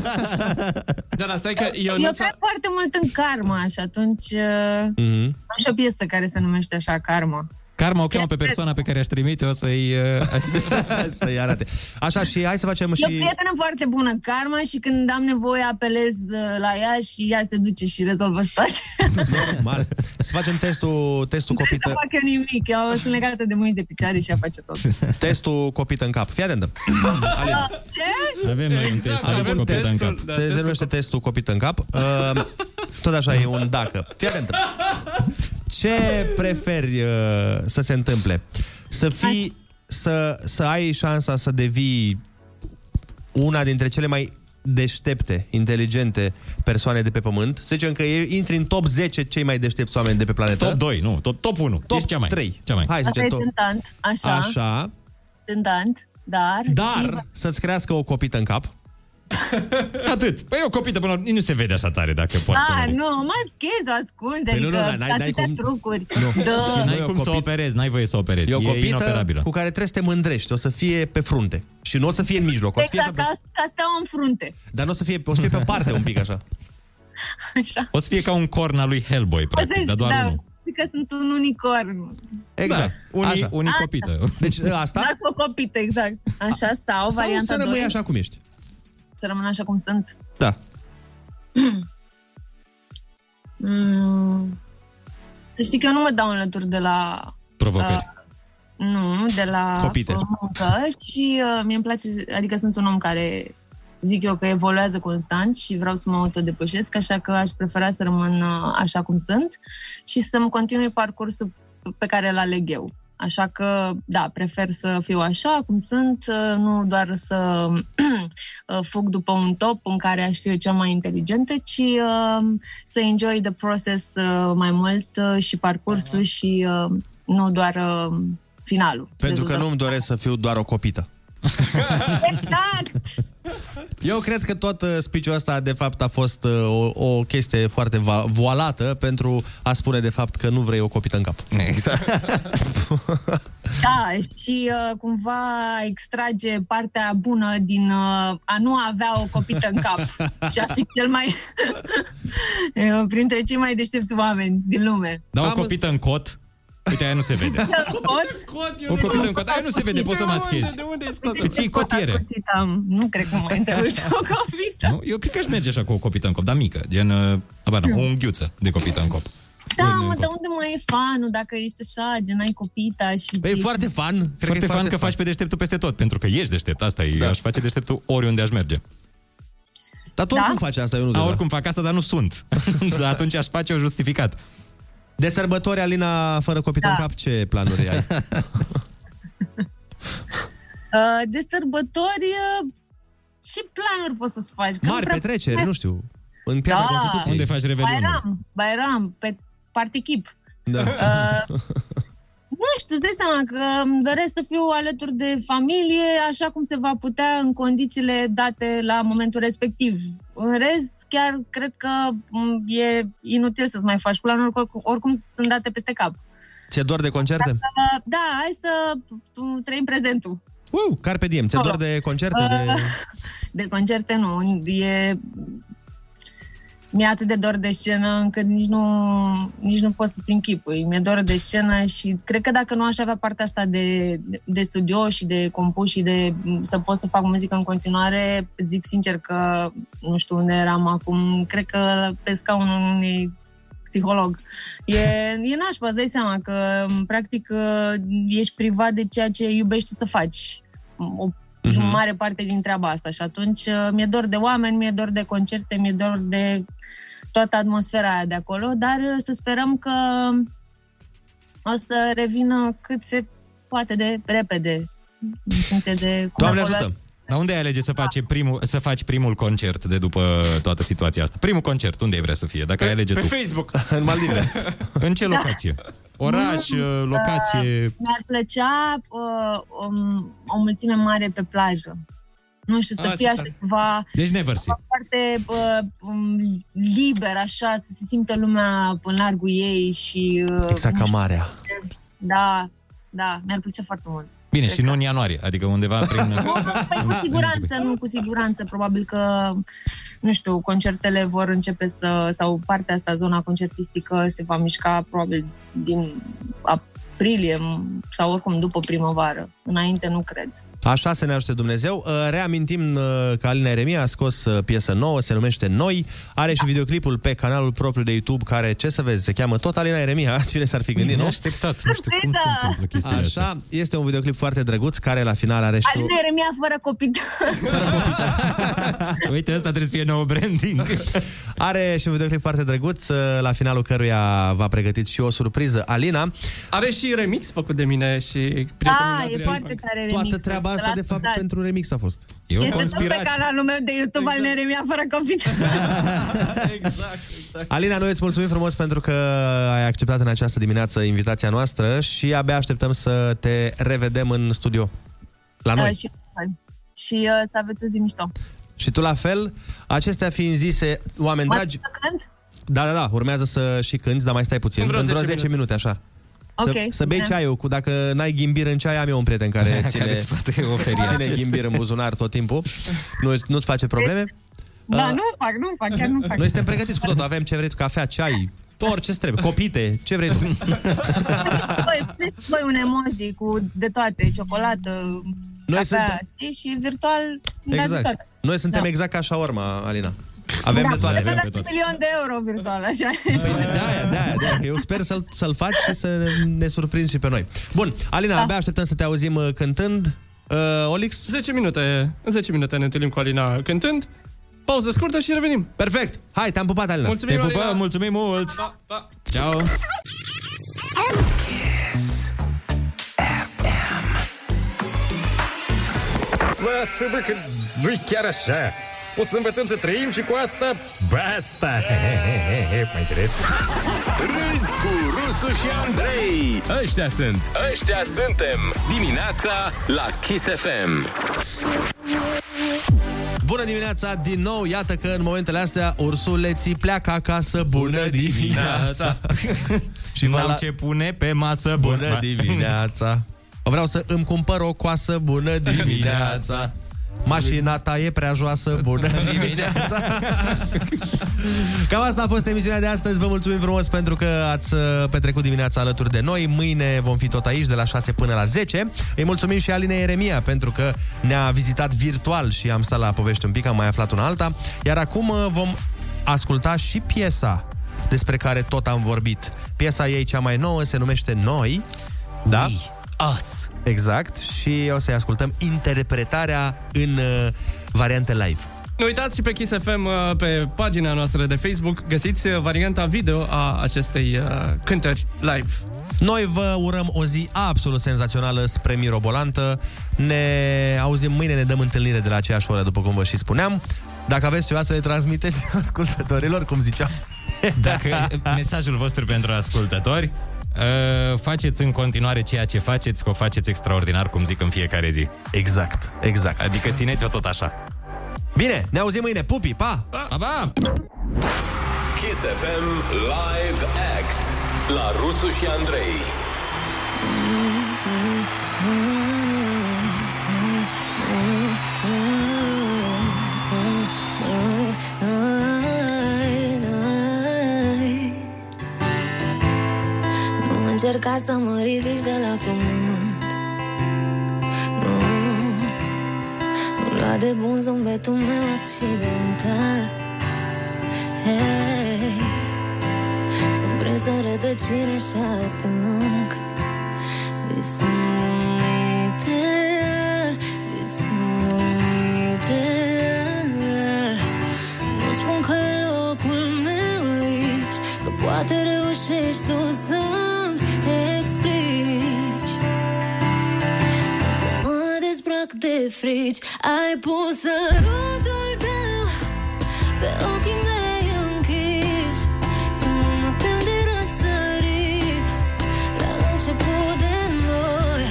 Dar asta e că
Eu,
eu
eu
nu
cred foarte mult în karma și atunci uh,
Mm-hmm.
Mhm.
am și o piesă care se numește așa, Karma.
Karma o cheamă pe persoana pe care aș trimite, o să-i... uh,
să-i arate. Așa, și hai să facem
E o prietenă foarte bună, Karma, și când am nevoie apelez uh, la ea și ea se duce și rezolvă situația.
Normal. Să facem testul, testul
Nu
copită,
fac eu nimic, eu sunt legată de mâini de picioare și ea face tot.
testul copită în cap. Fii da. atentă.
Ah, Ce?
Avem
noi un Exact, test, avem avem copită în testul,
cap. da,
se
testul
numește testul copită în cap. Uh, Tot așa e un dacă. Fii atentă. Ce preferi uh, să se întâmple? Să fii, să, să ai șansa să devii una dintre cele mai deștepte, inteligente persoane de pe pământ. Să zicem că e- intri în top 10 cei mai deștepți oameni de pe planetă. Top
2, nu, top, top 1.
Top 3. Cea mai. Hai să
Asta
zicem
e
top.
tentant, așa, așa.
Așa.
tentant, dar...
Dar să-ți crească o copită în cap.
Atât. Păi o copită până la urmă, nu se vede așa tare dacă poate.
Ah, nu, mă schezi, o ascunde,
Păi nu,
adică
nu, n-ai- n-ai
atâtea
cum-
trucuri.
Nu. Și
Da.
n-ai cum să o operezi, n-ai voie să o operezi.
E o copită
inoperabilă.
cu care trebuie să te mândrești. O să fie pe frunte. Și nu o să fie în mijloc. O să fie
Exact,
așa
ca, ca steaua în frunte.
pe, dar nu o să fie, o să fie pe parte un pic așa.
Așa.
O să fie ca un corn al lui Hellboy, practic, dar doar
da,
unul.
zic că sunt un unicorn.
Exact.
Da, unii,
Așa.
unii
Asta.
copită.
Deci asta...
Dar cu o copită, exact. Așa, sau,
Sau
varianta
să rămâi
doi, Deci
așa cum ești.
Să rămân așa cum sunt.
Da.
Mm. Să știi că eu nu mă dau înlături de la...
Provocări.
Uh, nu, de la
Copite.
muncă și uh, mie îmi place, adică sunt un om care zic eu că evoluează constant și vreau să mă autodepășesc, așa că aș prefera să rămân uh, așa cum sunt și să-mi continui parcursul pe care îl aleg eu. Așa că, da, prefer să fiu așa cum sunt, uh, nu doar să uh, fug după un top în care aș fi eu cea mai inteligentă, ci uh, să enjoy the process uh, mai mult uh, și parcursul și uh, nu doar uh, finalul.
Pentru că
Rezultatul.
nu-mi doresc să fiu doar o copită.
Exact!
Eu cred că tot uh, speech-ul ăsta, de fapt, a fost uh, o, o chestie foarte va- voalată pentru a spune, de fapt, că nu vrei o copită în cap.
Exact.
Da, și uh, cumva extrage partea bună din uh, a nu avea o copită în cap și a fi cel mai... eh, printre cei mai deștepți oameni din lume.
Dar Da, o copită în cot, uite, aia nu se vede. O copită în cot, aia nu se vede, poți să maschezi.
De unde
asta? Îți iei cotiere.
Nu cred că mai întrebuși o copită.
Nu? Eu cred că aș merge așa cu o copită în cop, dar mică, gen, uh, abar, o unghiuță de copită în cop.
Da, mă, dar unde mai e fanul dacă ești așa, gen ai copita și...
Păi e foarte
fan. Cred
foarte fan că faci pe deșteptul peste tot, pentru că ești deștept, asta e, da. aș face deșteptul oriunde aș merge.
Dar tu oricum faci asta, eu nu
A, Da, oricum fac asta, dar nu sunt. Atunci aș face-o justificat.
De sărbători, Alina, fără copii da. în cap, ce planuri ai?
Uh, De sărbători, uh, ce planuri poți să-ți faci? Că
Mari,
prea-
petreceri, nu știu. În piața
Da.
Constituției.
Unde faci Bairam, Bairam, pe partichip.
Da.
Uh, nu știu, îți dai seama că îmi doresc să fiu alături de familie așa cum se va putea în condițiile date la momentul respectiv. În rest, chiar cred că m, e inutil să-ți mai faci planuri, că oricum- oricum sunt date peste cap.
Ți-e dor de concerte?
Uh, Da, hai să p- trăim prezentul.
Uh, carpe diem. Ți-e dor de concerte? De...
Uh. De concerte nu, e... Mi-e atât de dor de scenă încât nici nu, nici nu pot să-ți închipui. Mi-e dor de scenă și cred că dacă nu aș avea partea asta de, de studio și de compus și de să pot să fac muzică în continuare, îți zic sincer că nu știu unde eram acum. Cred că pe scaunul unui psiholog. E, e nașpa, îți dai seama că practic uh, ești privat de ceea ce iubești tu să faci. O
Mhm.
mm-hmm. mare parte din treaba asta și atunci uh, mi-e dor de oameni, mi-e dor de concerte, mi-e dor de toată atmosfera aia de acolo, dar uh, să sperăm că o să revină cât se poate de repede în funcție de cum evoluează.
Dar unde ai alege să faci, primul, să faci primul concert de după toată situația asta? Primul concert, unde ai vrea să fie? Dacă ai alege
pe
tu.
Facebook.
în Maldive.
în ce
Da.
locație? Oraș,
Mm,
locație...
uh, Mi-ar plăcea uh, um, o mulțime mare pe plajă. Nu știu, să
Ah,
fie
ce
așa
tare.
ceva
Deci Neversea.
foarte uh, um, liber, așa, să se simtă lumea în largul ei și... Uh,
Exact ca marea.
Da, da, mi-ar plăcea foarte mult.
Bine, și nu în ianuarie, adică undeva prin...
Păi cu siguranță, nu, cu siguranță, probabil că, nu știu, concertele vor începe să, sau partea asta, zona concertistică, se va mișca probabil din aprilie m- sau oricum după primăvară. Înainte nu cred.
Așa să ne ajute Dumnezeu. Uh, Reamintim uh, că Alina Eremia a scos uh, piesă nouă, se numește Noi. Are
Da.
și videoclipul pe canalul propriu de YouTube, care, ce să vezi, se cheamă tot Alina Eremia. Cine s-ar fi gândit, nu?
Neașteptat,
nu știu cum se Surpriză! întâmplă
chestiile
Așa, este un videoclip foarte drăguț, care la final are și... o-
Alina Eremia fără copii.
Uite, asta trebuie să fie nou branding.
Are și un videoclip foarte drăguț, uh, la finalul căruia v-a pregătit și o surpriză Alina.
Are și remix făcut de mine și prietenul
Da, e
Adrian
foarte
Frank.
tare remix.
Toată treaba asta, de fapt, pentru un remix a fost.
Este tot da. pe canalul meu de YouTube exact. al Neremia fără copii.
Alina, noi îți mulțumim frumos pentru că ai acceptat în această dimineață invitația noastră și abia așteptăm să te revedem în studio. La noi.
Da, și, și uh, să aveți o zi mișto.
Și tu la fel, acestea fiind zise, oameni
Mă
dragi...
să cânt?
Da, da, da, urmează să și cânti, dar mai stai puțin.
În
În
vreo
vreo 10,
10
minute, așa.
Ok, da.
să, să bei
bine.
ceaiul, cu, dacă n-ai ghimbir în ceai, am eu un prieten care
Care
ține,
îți poate oferi
ține
acest.
ghimbir în buzunar tot timpul. Nu, nu-ți face probleme?
Da,
Uh,
nu fac, nu fac, chiar nu fac.
Noi suntem pregătiți cu tot, avem ce vrei tu, cafea, ceai, orice trebuie, copite, ce vrei tu.
Voi, voi Păi, un emoji cu de toate, ciocolată,
Noi
cafea,
suntem-
știi? și virtual da, de
Exact.
toate.
Noi suntem
Da.
exact ca așa urma, Alina. Avem de toate.
Avem un milion de euro virtual, așa.
Da, da, că eu sper să-l, să-l faci și să ne surprinzi și pe noi. Bun, Alina, da. abia așteptăm să te auzim uh, cântând. Uh, Olix?
10 minute, în 10 minute ne întâlnim cu Alina cântând. Pauză scurtă și revenim.
Perfect! Hai, te-am pupat, Alina.
Mulțumim,
Te pupăm,
Alina.
mulțumim mult!
Pa, pa.
Ciao!
Lasă, bă, că nu-i chiar așa. O să învățăm să trăim și cu asta basta. Mai înțeles?
Râzi cu Rusu și Andrei. Ăștia sunt. Ăștia suntem. Dimineața la Kiss FM.
Bună dimineața din nou! Iată că în momentele astea ursuleții pleacă acasă. Bună dimineața!
Și
vă
v-am
la-
ce pune pe masă
Bună dimineața! Vreau să îmi cumpăr o coasă. Bună dimineața! Mașina ta e prea joasă. Bună dimineața! Cam asta a fost emisiunea de astăzi. Vă mulțumim frumos pentru că ați uh, petrecut dimineața alături de noi. Mâine vom fi tot aici de la 6 până la 10. Îi mulțumim și Alinei Eremia pentru că ne-a vizitat virtual și am stat la povești un pic, am mai aflat una alta. Iar acum uh, vom asculta și piesa despre care tot am vorbit. Piesa ei cea mai nouă se numește Noi. Da?
Us.
Exact. Și o să-i ascultăm interpretarea în uh, variante live.
Nu uitați și pe Kiss FM, uh, pe pagina noastră de Facebook, găsiți uh, varianta video a acestei uh, cântări live.
Noi vă urăm o zi absolut senzațională spre mirobolantă. Ne auzim mâine, ne dăm întâlnire de la aceeași oră, după cum vă și spuneam. Dacă aveți ceva să le transmiteți ascultătorilor, cum ziceam.
Dacă mesajul vostru pentru ascultători, uh, faceți în continuare ceea ce faceți, că o faceți extraordinar, cum zic în fiecare zi.
Exact, exact.
Adică țineți-o tot așa.
Bine, ne auzim mâine. Pupi, pa!
Pa, pa!
Kiss FM Live Act la Rusu și Andrei.
Nu încerca să mă ridici de la pământ Nu, nu lua de bun zâmbetul meu accidental Hei, sunt prinsă în rădăcine și adânc Visând un ideal, visând un ideal Nu spun că e locul meu aici Că poate reușești tu să-mi explici Să mă dezbrac de frici Ai pus sărutul tău pe ochii mei închiși Să nu mă tem de răsărit La început de noi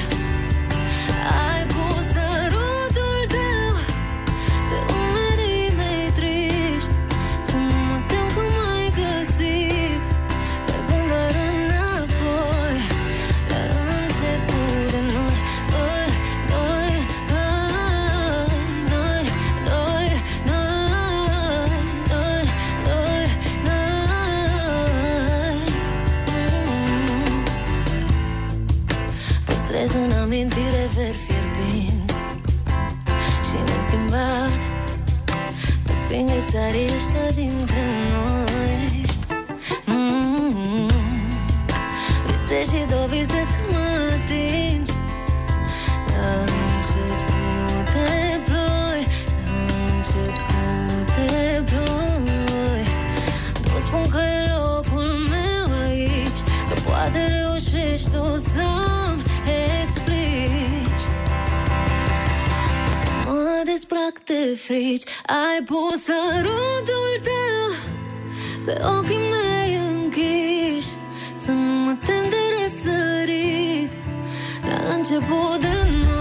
Ai pus sărutul tău Pe umerii mei triști Să nu mă tem că m-ai găsit Mergând doar înapoi La început de noi Noi, noi, noi Noi, noi, noi Noi, noi, noi Păstrez în amintire veri fierbinți Și ne-am schimbat De pinghețarii ăștia dintre noi mm Vise și dovisesc că mă atingi La început de ploi La început de ploi Nu spun că e locul meu aici Că poate reușești tu să-mi explici Să mă dezbrac de frici Ai pus sărutul tău Pe ochii mei închiși Să nu mă tem de răsărit La început de noi 음,